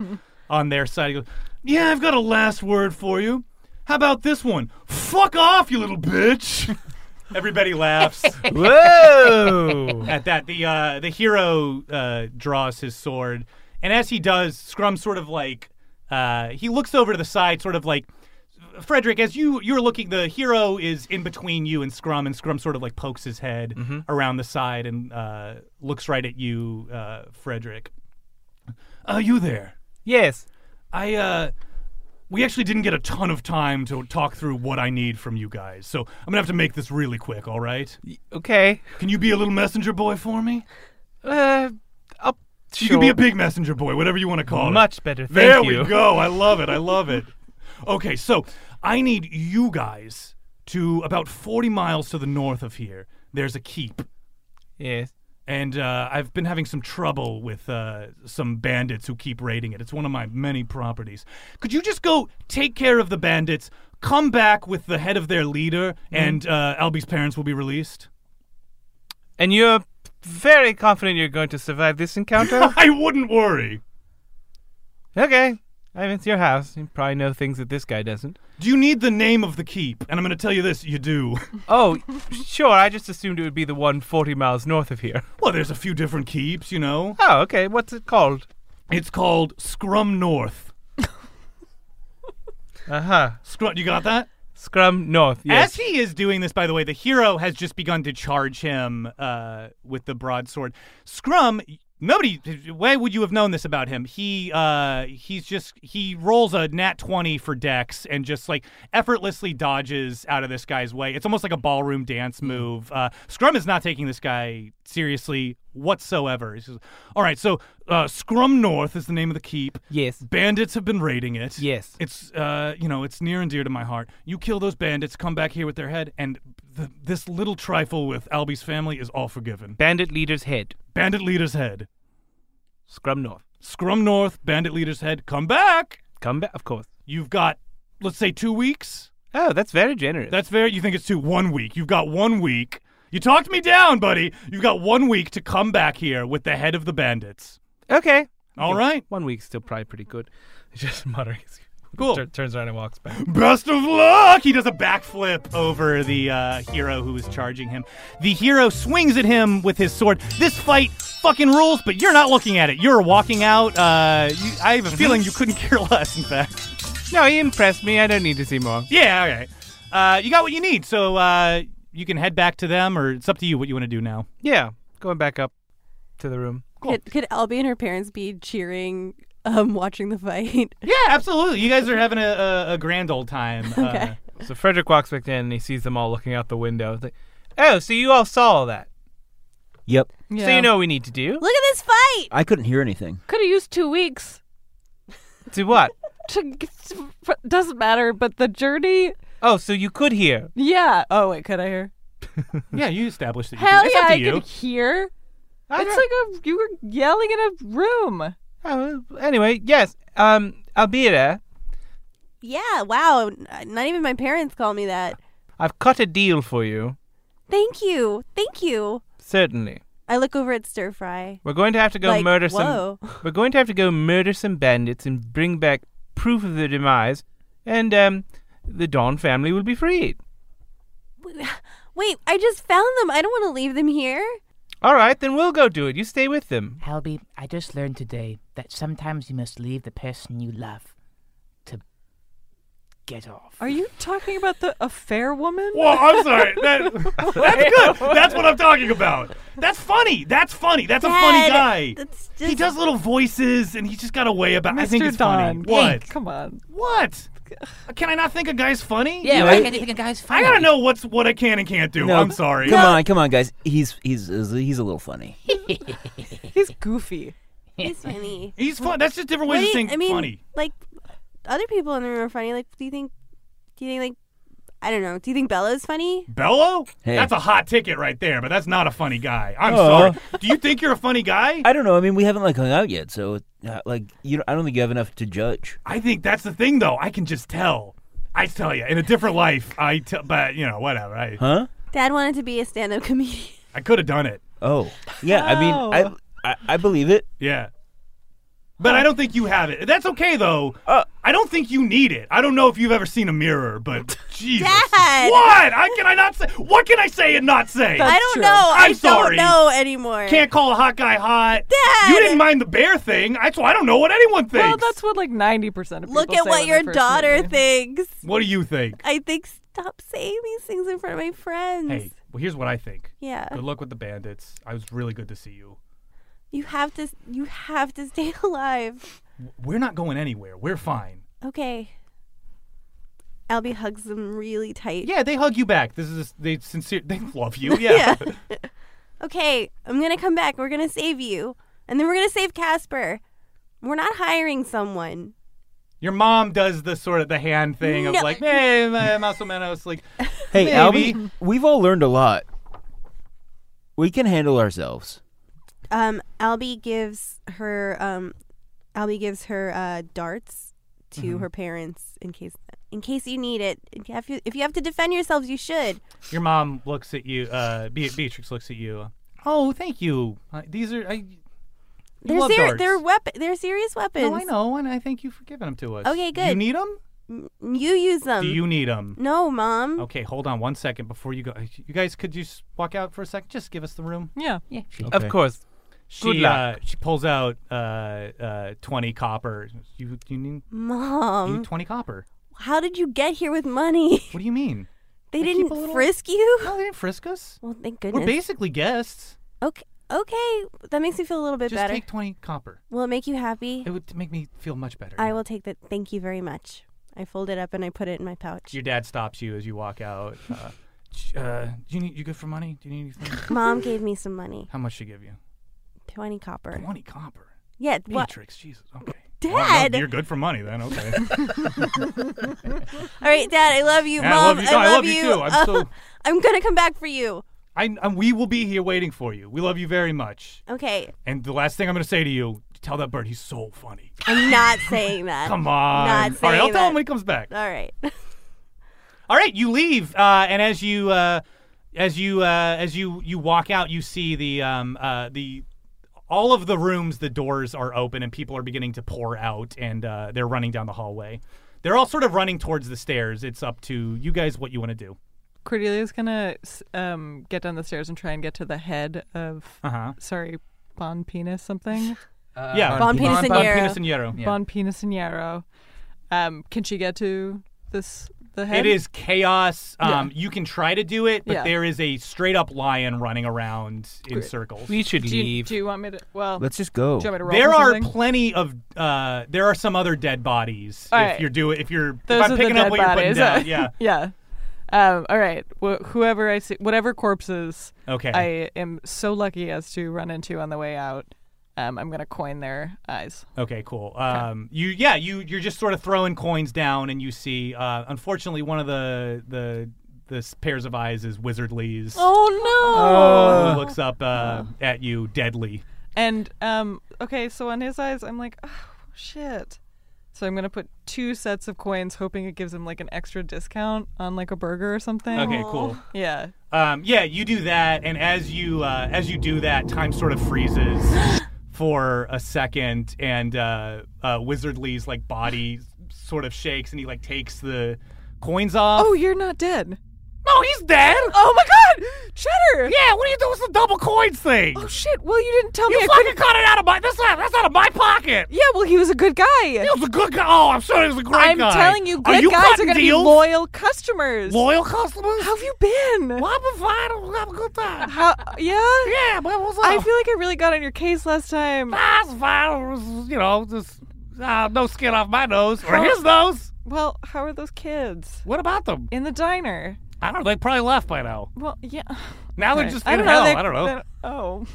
C: on their side. He goes, "Yeah, I've got a last word for you. How about this one? Fuck off, you little bitch." [LAUGHS] Everybody laughs.
E: [LAUGHS] Whoa!
C: At that, the uh, the hero uh, draws his sword, and as he does, Scrum sort of like uh, he looks over to the side, sort of like Frederick. As you you're looking, the hero is in between you and Scrum, and Scrum sort of like pokes his head
E: Mhm.
C: around the side and uh, looks right at you, uh, Frederick. Are Uh, you there?
E: Yes.
C: I uh we actually didn't get a ton of time to talk through what I need from you guys. So, I'm going to have to make this really quick, all right?
E: Okay.
C: Can you be a little messenger boy for me?
E: Uh, up.
C: You can be a big messenger boy, whatever you want to call
E: Much
C: it.
E: better, thank
C: there
E: you.
C: we go. I love
E: [LAUGHS]
C: it. I love it. Okay, so I need you guys to about 40 miles to the north of here. There's a keep.
E: Yes.
C: And uh, I've been having some trouble with uh, some bandits who keep raiding it. It's one of my many properties. Could you just go take care of the bandits, come back with the head of their leader,
E: Mm-hmm.
C: and uh, Albie's parents will be released?
E: And you're very confident you're going to survive this [LAUGHS] encounter?
C: I wouldn't worry.
E: Okay. I mean, it's your house. You probably know things that this guy doesn't.
C: Do you need the name of the keep? And I'm going to tell you this you do.
E: [LAUGHS] Oh, sure. I just assumed it would be the one 40 miles north of here.
C: Well, there's a few different keeps, you know.
E: Oh, okay. What's it called?
C: It's called Scrum North.
E: Uh huh.
C: Scrum, you got that?
E: Scrum North. Yes.
C: As he is doing this, by the way, the hero has just begun to charge him uh, with the broadsword. Scrum, nobody. Why would you have known this about him? He uh, he's just he rolls a nat twenty for Dex and just like effortlessly dodges out of this guy's way. It's almost like a ballroom dance
E: Hmm.
C: move. Uh, Scrum is not taking this guy seriously whatsoever. He says, All right, so uh, Scrum North is the name of the keep.
E: Yes.
C: Bandits have been raiding it.
E: Yes.
C: It's uh, you know, it's near and dear to my heart. You kill those bandits, come back here with their head, and th- this little trifle with Albie's family is all forgiven.
E: Bandit leader's head.
C: Bandit leader's head.
E: Scrum North.
C: Scrum North, bandit leader's head. Come back.
E: Come back, of course.
C: You've got, let's say, two weeks.
E: Oh, that's very generous.
C: That's very. You think it's two? One week. You've got one week. You talked me down, buddy. You've got one week to come back here with the head of the bandits.
E: Okay.
C: All right.
E: One week's still probably pretty good. [LAUGHS] He's just [LAUGHS] muttering.
C: Cool.
E: Tur- turns around and walks back.
C: Best of luck! He does a backflip over the uh, hero who is charging him. The hero swings at him with his sword. This fight fucking rules, but you're not looking at it. You're walking out. Uh, you, I have a feeling you couldn't [LAUGHS] care less, in fact.
E: Mhm. No, he impressed me. I don't need to see more.
C: Yeah, all right. Uh, you got what you need, so uh, you can head back to them, or it's up to you what you want to do now.
E: Yeah. Going back up to the room.
D: Could, could Albie and her parents be cheering, um, watching the fight? [LAUGHS]
C: Yeah, absolutely. You guys are having a, a, a grand old
E: [LAUGHS]
C: time. uh, Okay.
E: So Frederick walks back in and he sees them all looking out the window. He's like, oh, so you all saw all that.
F: Yep.
E: So you know what we need to do?
H: Look at this fight.
F: I couldn't hear anything.
I: Could have used two weeks.
E: To
F: [LAUGHS]
E: what?
I: To, doesn't matter, but the journey.
E: Oh, so you could hear.
I: Yeah. Oh wait, could I hear?
C: [LAUGHS] yeah, you established that.
I: Hell
C: you
I: yeah,
C: can. It's up to
I: I
C: you.
I: could hear.
E: I
I: it's like a you were yelling in a room.
E: Oh, anyway, yes. Um, Albira,
D: Yeah, wow. n- Not even my parents call me that.
E: I've cut a deal for you.
D: Thank you. Thank you.
E: Certainly.
D: I look over at Stir Fry.
E: We're going to have to go
D: Like,
E: murder
D: whoa.
E: some. [LAUGHS] We're going to have to go murder some bandits and bring back proof of their demise, and um, the Dawn family will be freed.
D: Wait, I just found them. I don't want to leave them
C: [LAUGHS]
D: here.
E: All right, then we'll go do it. You stay with them.
G: Albie, I just learned today that sometimes you must leave the person you love to get off.
I: Are you talking about the a fair woman?
C: Well, I'm sorry. That,
I: [LAUGHS]
C: that's good. That's what I'm talking about. That's funny. That's funny. That's a
I: Dad,
C: funny guy.
I: that's
C: He does little voices, and he's just got a way about. I think
I: Mr.
C: it's
I: Don,
C: funny. What?
I: Come on.
C: What? Can I not think a guy's funny?
G: Yeah, why can't you think a guy's
C: I
G: funny?
C: gotta know what's what I can and can't do. I'm sorry.
F: Come on, come on, guys. He's he's he's a little funny.
I: [LAUGHS]
C: [LAUGHS]
I: He's goofy.
D: He's funny.
C: He's fun. That's just different ways
D: What
C: of
D: do you-
C: saying
D: I mean,
C: funny.
D: Like other people in the room are funny. Like, do you think? Do you think like
H: I don't know. Do you think Bella's funny?
C: Bello?
H: Hey.
C: That's a hot ticket right there, but that's not a funny guy. I'm
F: Oh.
C: sorry. Do you think you're a funny guy?
F: I don't know. I mean, we haven't like hung out yet, so uh, like you, I don't think you have enough to judge.
C: I think that's the thing, though. I can just tell. I tell you, in a different life, I tell, but you know, whatever. I,
F: Huh?
H: Dad wanted to be
D: [LAUGHS]
H: a stand-up comedian.
C: I could have done it.
F: Oh, yeah. I
H: Oh.
F: mean, I, I I believe it.
C: Yeah. But I don't think you have it. That's okay though.
F: Uh.
C: I don't think you need it. I don't know if you've ever seen a mirror,
H: [LAUGHS]
C: but Jesus,
H: Dad!
C: what? I can I not say? What can I say and not say?
H: I don't know.
C: I'm
H: Oh, I
C: sorry.
H: don't know anymore.
C: Can't call a hot guy hot. Dad, you didn't mind the bear thing. That's why I don't know what anyone thinks.
I: Well, that's what like ninety percent of people
H: Look at
I: say
H: what
I: when
H: your
I: they first
H: daughter
I: meet you.
H: thinks.
C: what do you think?
H: I think stop saying these things in front of my friends.
C: Hey, well, here's what I think.
H: Yeah.
C: Good luck with the bandits. I was really good to see you.
H: You have to. You have to stay [LAUGHS] alive.
C: W- We're not going anywhere. We're
H: Mm-hmm.
C: fine.
H: Okay. Albie hugs them really tight.
C: Yeah, they hug you back. This is they sincere. They love you.
H: [LAUGHS]
C: Yeah.
H: Okay, I'm gonna come back. We're gonna save you, and then we're gonna save Casper. We're not hiring someone.
C: Your mom does the sort of the hand thing
H: No.
C: of like, hey, my muscle menos, like,
F: Hey,
C: maybe.
F: Albie, we've all learned a lot. We can handle ourselves.
H: Um, Albie gives her um, Albie gives her uh, darts to
C: Mhm.
H: her parents in case in case you need it. If you have to, if you have to defend yourselves, you should.
C: Your mom looks at you. Uh, Be- Beatrix looks at you. Oh, thank you. I, these are I. you
H: They're
C: love
H: ser-
C: darts.
H: they're weapon they're serious weapons.
C: know, and I thank you for giving them to us.
H: Okay, good.
C: You need them?
H: You use them.
C: Do you need Oh. them?
H: No, mom.
C: Okay, hold on one second before you go. You guys, could you s- walk out for a second? Just give us the room.
I: Yeah. Yeah.
C: Okay.
E: Of course.
C: She,
E: Good luck.
C: Uh, she pulls out uh, uh, twenty copper. You you need
H: Mom.
C: You need twenty copper.
H: How did you get here with money? [LAUGHS]
C: What do you mean? I
H: They
C: keep
H: didn't
C: a little-
H: frisk you?
C: No, they didn't frisk us.
H: Well, thank goodness.
C: We're basically guests.
H: Okay, okay, that makes me feel a little bit
C: Just
H: better.
C: take twenty copper.
H: Will it make you happy?
C: It would make me feel much better.
H: I will take that. Thank you very much. I fold it up and I put it in my pouch.
C: Your dad stops you as you walk
H: [LAUGHS]
C: out. Uh, sh- uh, do you need you good for money? Do you need anything? [LAUGHS]
H: Mom gave me some money.
C: How much she
H: [LAUGHS]
C: give you?
H: Twenty copper.
C: Twenty copper.
H: Yeah. What?
C: Beatrix, Jesus. Okay. Well, no,
H: Dad.
C: you're
H: [LAUGHS]
C: good for money then. Okay.
H: All right, Dad. I love you,
C: Yeah, I love
H: Mom.
C: you too. I love you too. I'm so-
H: [LAUGHS] I'm gonna come back for you.
C: I, um, we will be here waiting for you. We love you very much.
H: Okay.
C: And the last thing I'm going to say to you, tell that bird he's so funny.
H: I'm not saying that.
C: Come on.
H: Not
C: All
H: saying
C: right, I'll tell him
H: that.
C: when he comes back.
H: All
I: [LAUGHS]
H: right. Um,
C: All right, you leave, uh, and as you uh, as you uh, as you you walk out, you see the um, uh, the all of the rooms. The doors are open, and people are beginning to pour out, and uh, they're running down the hallway. They're all sort of running towards the stairs. It's up to you guys what you want to do.
I: Cordelia's gonna s- um, get down the stairs and try and get to the head of
C: Uh-huh.
I: sorry, Bon Penis
H: [LAUGHS]
I: something.
C: Uh, Yeah. Bon Penis Bon- Bon Pinero. Penis Pinero. Yeah.
I: Bon Penis and Yarrow. Um, can she get to this the head?
C: It is chaos.
I: Yeah.
C: Um, You can try to do it, but
I: Yeah.
C: there is a straight up lion running around in
I: Great.
C: circles.
E: We should
I: do you, Do you want me to? Well,
F: Let's just go.
I: Do you want me to roll
C: There
I: for
C: are
I: something?
C: plenty of uh, there are some other dead bodies.
I: All
C: if
I: right.
C: you're doing if you're
I: Those
C: if I'm
I: are the
C: picking
I: dead
C: up what
I: bodies.
C: you're
I: [LAUGHS]
C: putting down, yeah.
I: yeah. Um, all right. Wh- whoever I see, whatever corpses
C: Okay.
I: I am so lucky as to run into on the way out, um, I'm gonna coin their eyes.
C: Okay, cool. Um, you yeah, you you're just sort of throwing coins down, and you see. Uh, unfortunately, one of the the the s- pairs of eyes is Wizardly's.
I: Oh, no. Oh.
C: Who looks up uh, at you, deadly.
I: And um, okay, so on his eyes, I'm like, oh shit. So I'm gonna put two sets of coins, hoping it gives him like an extra discount on like a burger or something.
C: Okay, cool.
I: Yeah.
C: Um, yeah, you do that, and as you uh, as you do that, time sort of freezes
I: [GASPS]
C: for a second, and uh, uh, Wizardly's like body sort of shakes, and he like takes the coins off.
I: Oh, you're not dead.
C: No, he's dead.
I: Oh my god, Cheddar.
C: Yeah, what are you doing with the double coins thing?
I: Oh shit. Well, you didn't tell
C: You
I: me.
C: fucking
I: I couldn't-
C: cut it out of my. That's not. That's out of my pocket.
I: Yeah, well, he was a good guy. He
C: was a good guy. Oh, I'm sure he was a great
I: I'm
C: guy.
I: telling you,
C: Are
I: good
C: you
I: guys are
C: cutting
I: gonna
C: deals?
I: be loyal customers.
C: Loyal customers?
I: How have you been?
C: Well, I've been fine. I'm having a good time.
I: How? Yeah.
C: Yeah, but what's
I: I
C: up?
I: feel like I really got on your case last time.
C: Ah, it's fine. It was, you know, just uh, no skin off my nose or his nose.
I: Well, how are those kids?
C: What about them?
I: In the diner.
C: I don't know. They probably left by now.
I: Well, yeah.
C: Now they're
I: Okay.
C: just
I: I
C: in
I: don't
C: hell.
I: Know, they-
C: I don't know.
I: they- Oh.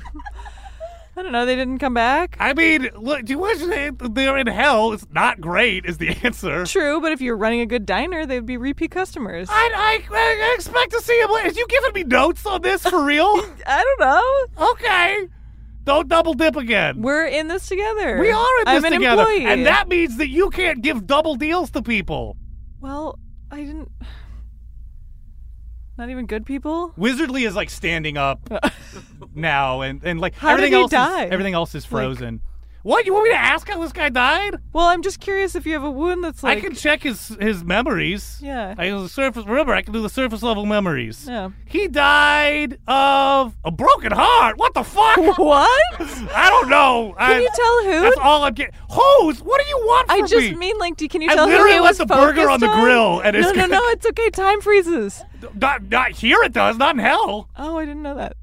I: [LAUGHS] I don't know. They didn't come back.
C: I mean, look, do you wish they, they're in hell? It's not great, is the [LAUGHS] answer.
I: True, but if you're running a good diner, they'd be repeat customers.
C: I, I, I expect to see him. la- Is you giving me notes on this for real?
I: I don't know.
C: Okay. Don't double dip again.
I: We're in this together.
C: We are in this
I: I'm an
C: together.
I: employee.
C: And that means that you can't give double deals to people.
I: [LAUGHS] Well, I didn't. Not even good people.
C: Wizardly is like
I: [LAUGHS]
C: standing up now and, and like
I: Oh. How did
C: everything
I: he
C: else
I: die?
C: Is, everything else is
I: Like-
C: frozen. what? You want me to ask how this guy died?
I: Well, I'm just curious if you have a wound that's like.
C: I can check his his memories.
I: Yeah.
C: I can surface remember I can do the surface level memories.
I: Yeah.
C: He died of a broken heart. What the fuck?
I: [LAUGHS] What?
C: I don't know.
I: Can
C: I,
I: you tell who?
C: That's all I'm getting. Who's? What do you want from
I: I just
C: me?
I: mean like, do, can you
C: I
I: tell who
C: literally
I: he
C: left
I: was
C: the burger on
I: focused
C: the grill and
I: no,
C: it's
I: no,
C: gonna-
I: no,
C: [LAUGHS]
I: it's okay. Time freezes.
C: Not not here. It does not in hell.
I: Oh, I didn't know that.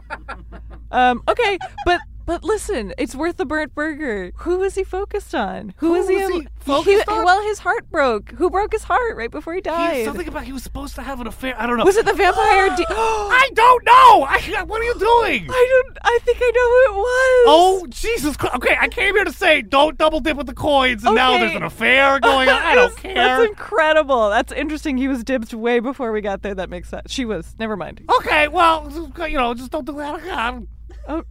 I: [LAUGHS] um. Okay, but but listen, it's worth the burnt burger. Who was he focused on? Who, was he,
C: was
I: al-
C: he focused on?
I: Well, his heart broke. Who broke his heart right before he died?
C: He, something about he was supposed to have an affair. I don't know.
I: Was it the
C: [GASPS]
I: vampire? [GASPS] D- I
C: don't know. I, what are you doing?
I: I don't. I think I know who it was.
C: Oh Jesus Christ! Okay, I came here to say don't double dip with the coins, and now
I: Okay.
C: there's an affair going on. I
I: [LAUGHS]
C: don't
I: That's-
C: care.
I: That's incredible. That's interesting. He was dibs way before we got there. That makes sense. She was. Never mind.
C: Okay, well, you know, just don't do that. again.
I: Oh,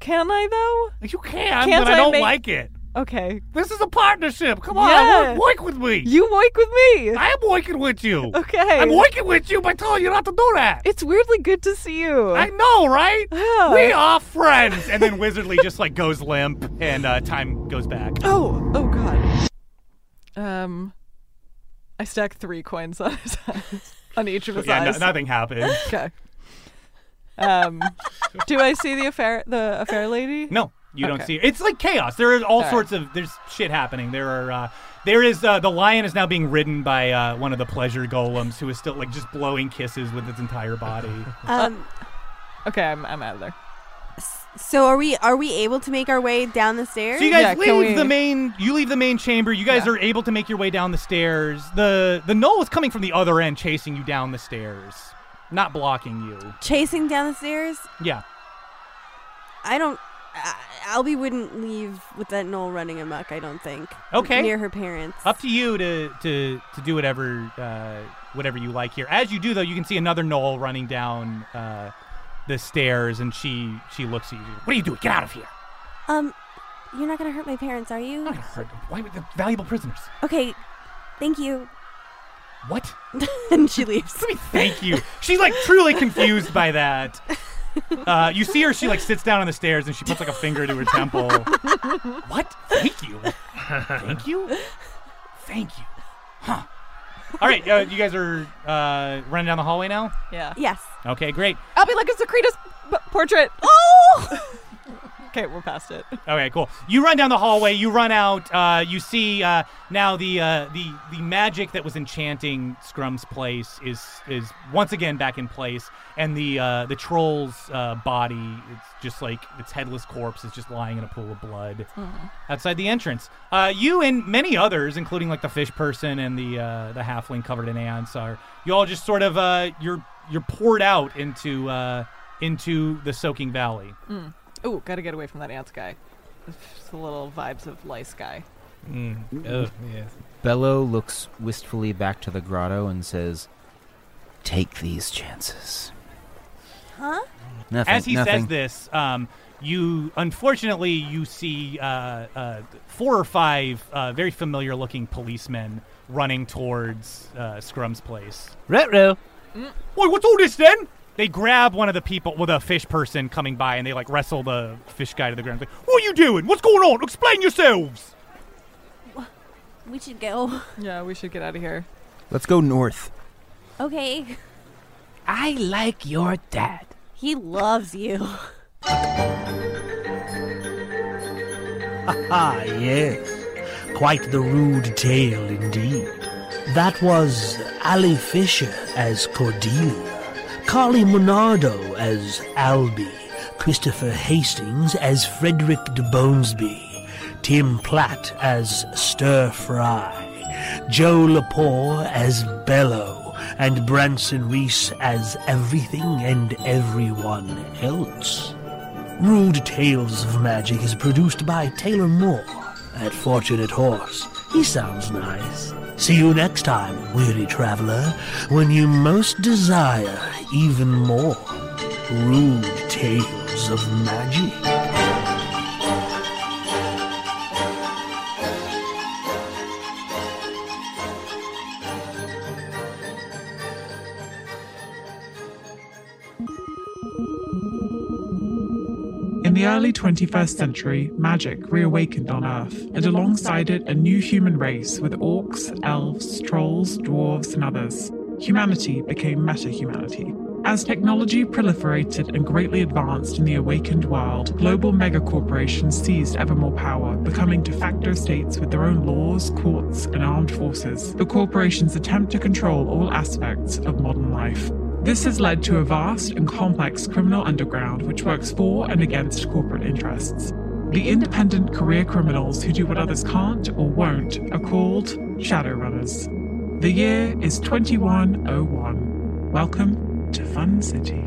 I: can I though?
C: You can,
I: Can't
C: but I don't
I: make-
C: like it.
I: Okay.
C: This is a partnership. Come on,
I: Yeah.
C: wo- woik with me.
I: You woik with me.
C: I am woiking with you.
I: Okay.
C: I'm woiking with you by telling you not to do
I: [LAUGHS]
C: that.
I: It's weirdly good to see you.
C: I know, right?
I: Yeah.
C: We are friends. And then Wizardly just like goes limp, and uh, time goes back.
I: Oh, oh god. Um, I stack three coins on his [LAUGHS] eyes, on each of his
C: Yeah, no-
I: eyes.
C: nothing happened.
I: Okay. Um, do I see the affair the affair lady?
C: No, you don't
I: Okay.
C: see. It's like chaos. There are all
I: All right.
C: sorts of there's shit happening. There are uh, there is uh, the lion is now being ridden by uh, one of the pleasure golems who is still like just blowing kisses with its entire body.
I: [LAUGHS]
H: Um,
I: Uh, Okay, I'm I'm out of there.
H: so are we are we able to make our way down the stairs?
C: So you guys leave the main. You leave the main chamber. You guys are able to make your way down the stairs. The the gnoll is coming from the other end, chasing you down the stairs, not blocking you.
H: chasing down the stairs.
C: Yeah.
H: I don't. I- Albie wouldn't leave with that knoll running amok. I don't think.
C: Okay.
H: Near her parents.
C: Up to you to to to do whatever uh, whatever you like here. As you do though, you can see another Knoll running down uh, the stairs, and she she looks at you. What are you doing? Get out of here!
H: Um, you're not gonna hurt my parents, are you?
C: Hurt them. Why would the valuable prisoners?
H: Okay. Thank you.
C: What?
H: [LAUGHS] and she leaves.
C: Thank you. She's like truly confused by that. Uh, you see her. She like sits down on the stairs, and she puts like a finger to her temple. what? Thank you. [LAUGHS] Thank you. Thank you. Huh. All right, uh, you guys are uh, running down the hallway now.
I: Yeah.
H: Yes.
C: Okay, great.
I: I'll be like a Secretus b- portrait. Oh. [LAUGHS] okay, we're past it.
C: Okay, cool. You run down the hallway. You run out. Uh, you see uh, now the uh, the the magic that was enchanting Scrum's place is is once again back in place, and the uh, the troll's uh, body it's just like its headless corpse is just lying in a pool of blood
S: Mhm.
C: outside the entrance. Uh, you and many others, including like the fish person and the uh, the halfling covered in ants, are you all just sort of uh, you're you're poured out into uh, into the soaking valley.
I: Mm. Ooh, gotta get away from that ants guy. It's a little vibes of lice guy.
C: Mm.
E: Oh, yes.
F: Bello looks wistfully back to the grotto and says, "Take these chances."
H: Huh?
F: Nothing.
C: As he
F: nothing.
C: says this, um, you unfortunately you see uh, uh, four or five uh, very familiar looking policemen running towards uh, Scrum's place.
E: Retro.
C: Wait, what's all this then? They grab one of the people, well, the fish person coming by, and they like wrestle the fish guy to the ground. Like, what are you doing? What's going on? Explain yourselves.
H: We should go.
I: Yeah, we should get out of here.
F: Let's go north.
H: Okay.
G: I like your dad.
H: He loves you.
B: Ah, yes. Quite the rude tale indeed. That was Ally Fisher as Cordelia, Carly Monardo as Albie, Christopher Hastings as Frederick de Bonesby, Tim Platt as Stir Fry, Joe Lepore as Bellow, and Branson Reese as everything and everyone else. Rude Tales of Magic is produced by Taylor Moore at Fortunate Horse. He sounds nice. See you next time, weary traveler, when you most desire even more rude tales of magic.
T: In the early 21st century, magic reawakened on Earth, and alongside it, a new human race with orcs, elves, trolls, dwarves, and others. Humanity became meta humanity. As technology proliferated and greatly advanced in the awakened world, global megacorporations seized ever more power, becoming de facto states with their own laws, courts, and armed forces. The corporations attempt to control all aspects of modern life. This has led to a vast and complex criminal underground which works for and against corporate interests. The independent career criminals who do what others can't or won't are called Shadowrunners. The year is 2101. Welcome to Fun City.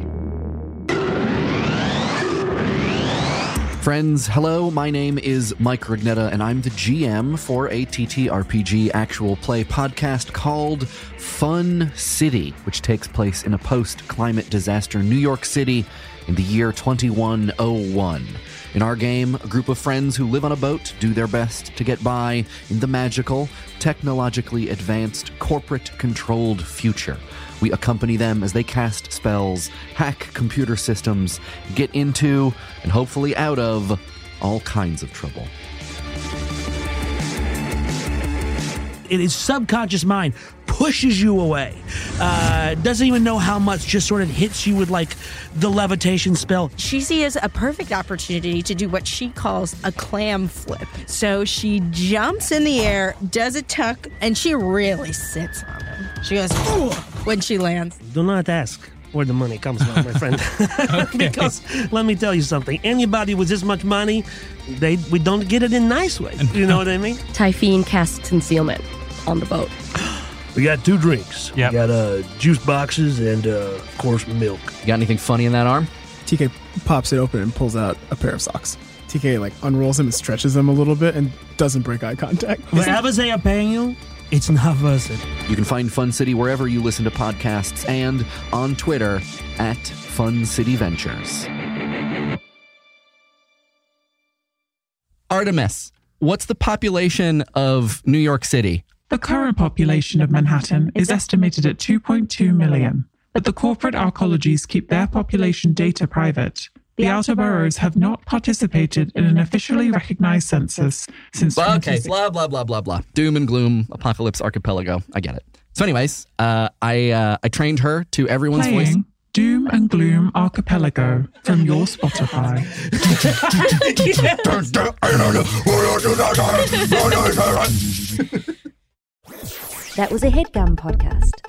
U: Friends, hello, my name is Mike Rignetta, and I'm the GM for a TTRPG actual play podcast called Fun City, which takes place in a post climate disaster New York City in the year 2101. In our game, a group of friends who live on a boat do their best to get by in the magical, technologically advanced, corporate controlled future. We accompany them as they cast spells, hack computer systems, get into, and hopefully out of, all kinds of trouble.
B: his subconscious mind pushes you away. Uh, doesn't even know how much, just sort of hits you with like the levitation spell.
V: She sees a perfect opportunity to do what she calls a clam flip. So she jumps in the air, does a tuck, and she really sits on him. She goes, "Ooh," when she lands.
W: Do not ask where the money comes from,
B: [LAUGHS]
W: my friend. [LAUGHS] because let me tell you something. Anybody with this much money, they we don't get it in nice ways. You know what I mean?
P: Typhine casts concealment on the boat.
B: We got two drinks. We got uh, juice boxes and, uh, of course, milk.
U: You got anything funny in that arm?
J: TK pops it open and pulls out a pair of socks. TK like unrolls them and stretches them a little bit and doesn't break eye contact.
B: Whatever they are paying you, it's not worth it.
U: You can find Fun City wherever you listen to podcasts and on Twitter at Fun City Ventures.
X: Artemis, what's the population of New York City?
T: The current population of Manhattan is estimated at 2.2 million, but the corporate arcologies keep their population data private. The outer boroughs have not participated in an officially recognized census since.
X: Blah, okay,
T: 2016.
X: blah blah blah blah blah. Doom and gloom, apocalypse archipelago. I get it. So, anyways, uh, I uh, I trained her to everyone's voice.
T: Playing Doom and Gloom Archipelago from
X: [LAUGHS]
T: your Spotify.
A: That was a headgum podcast.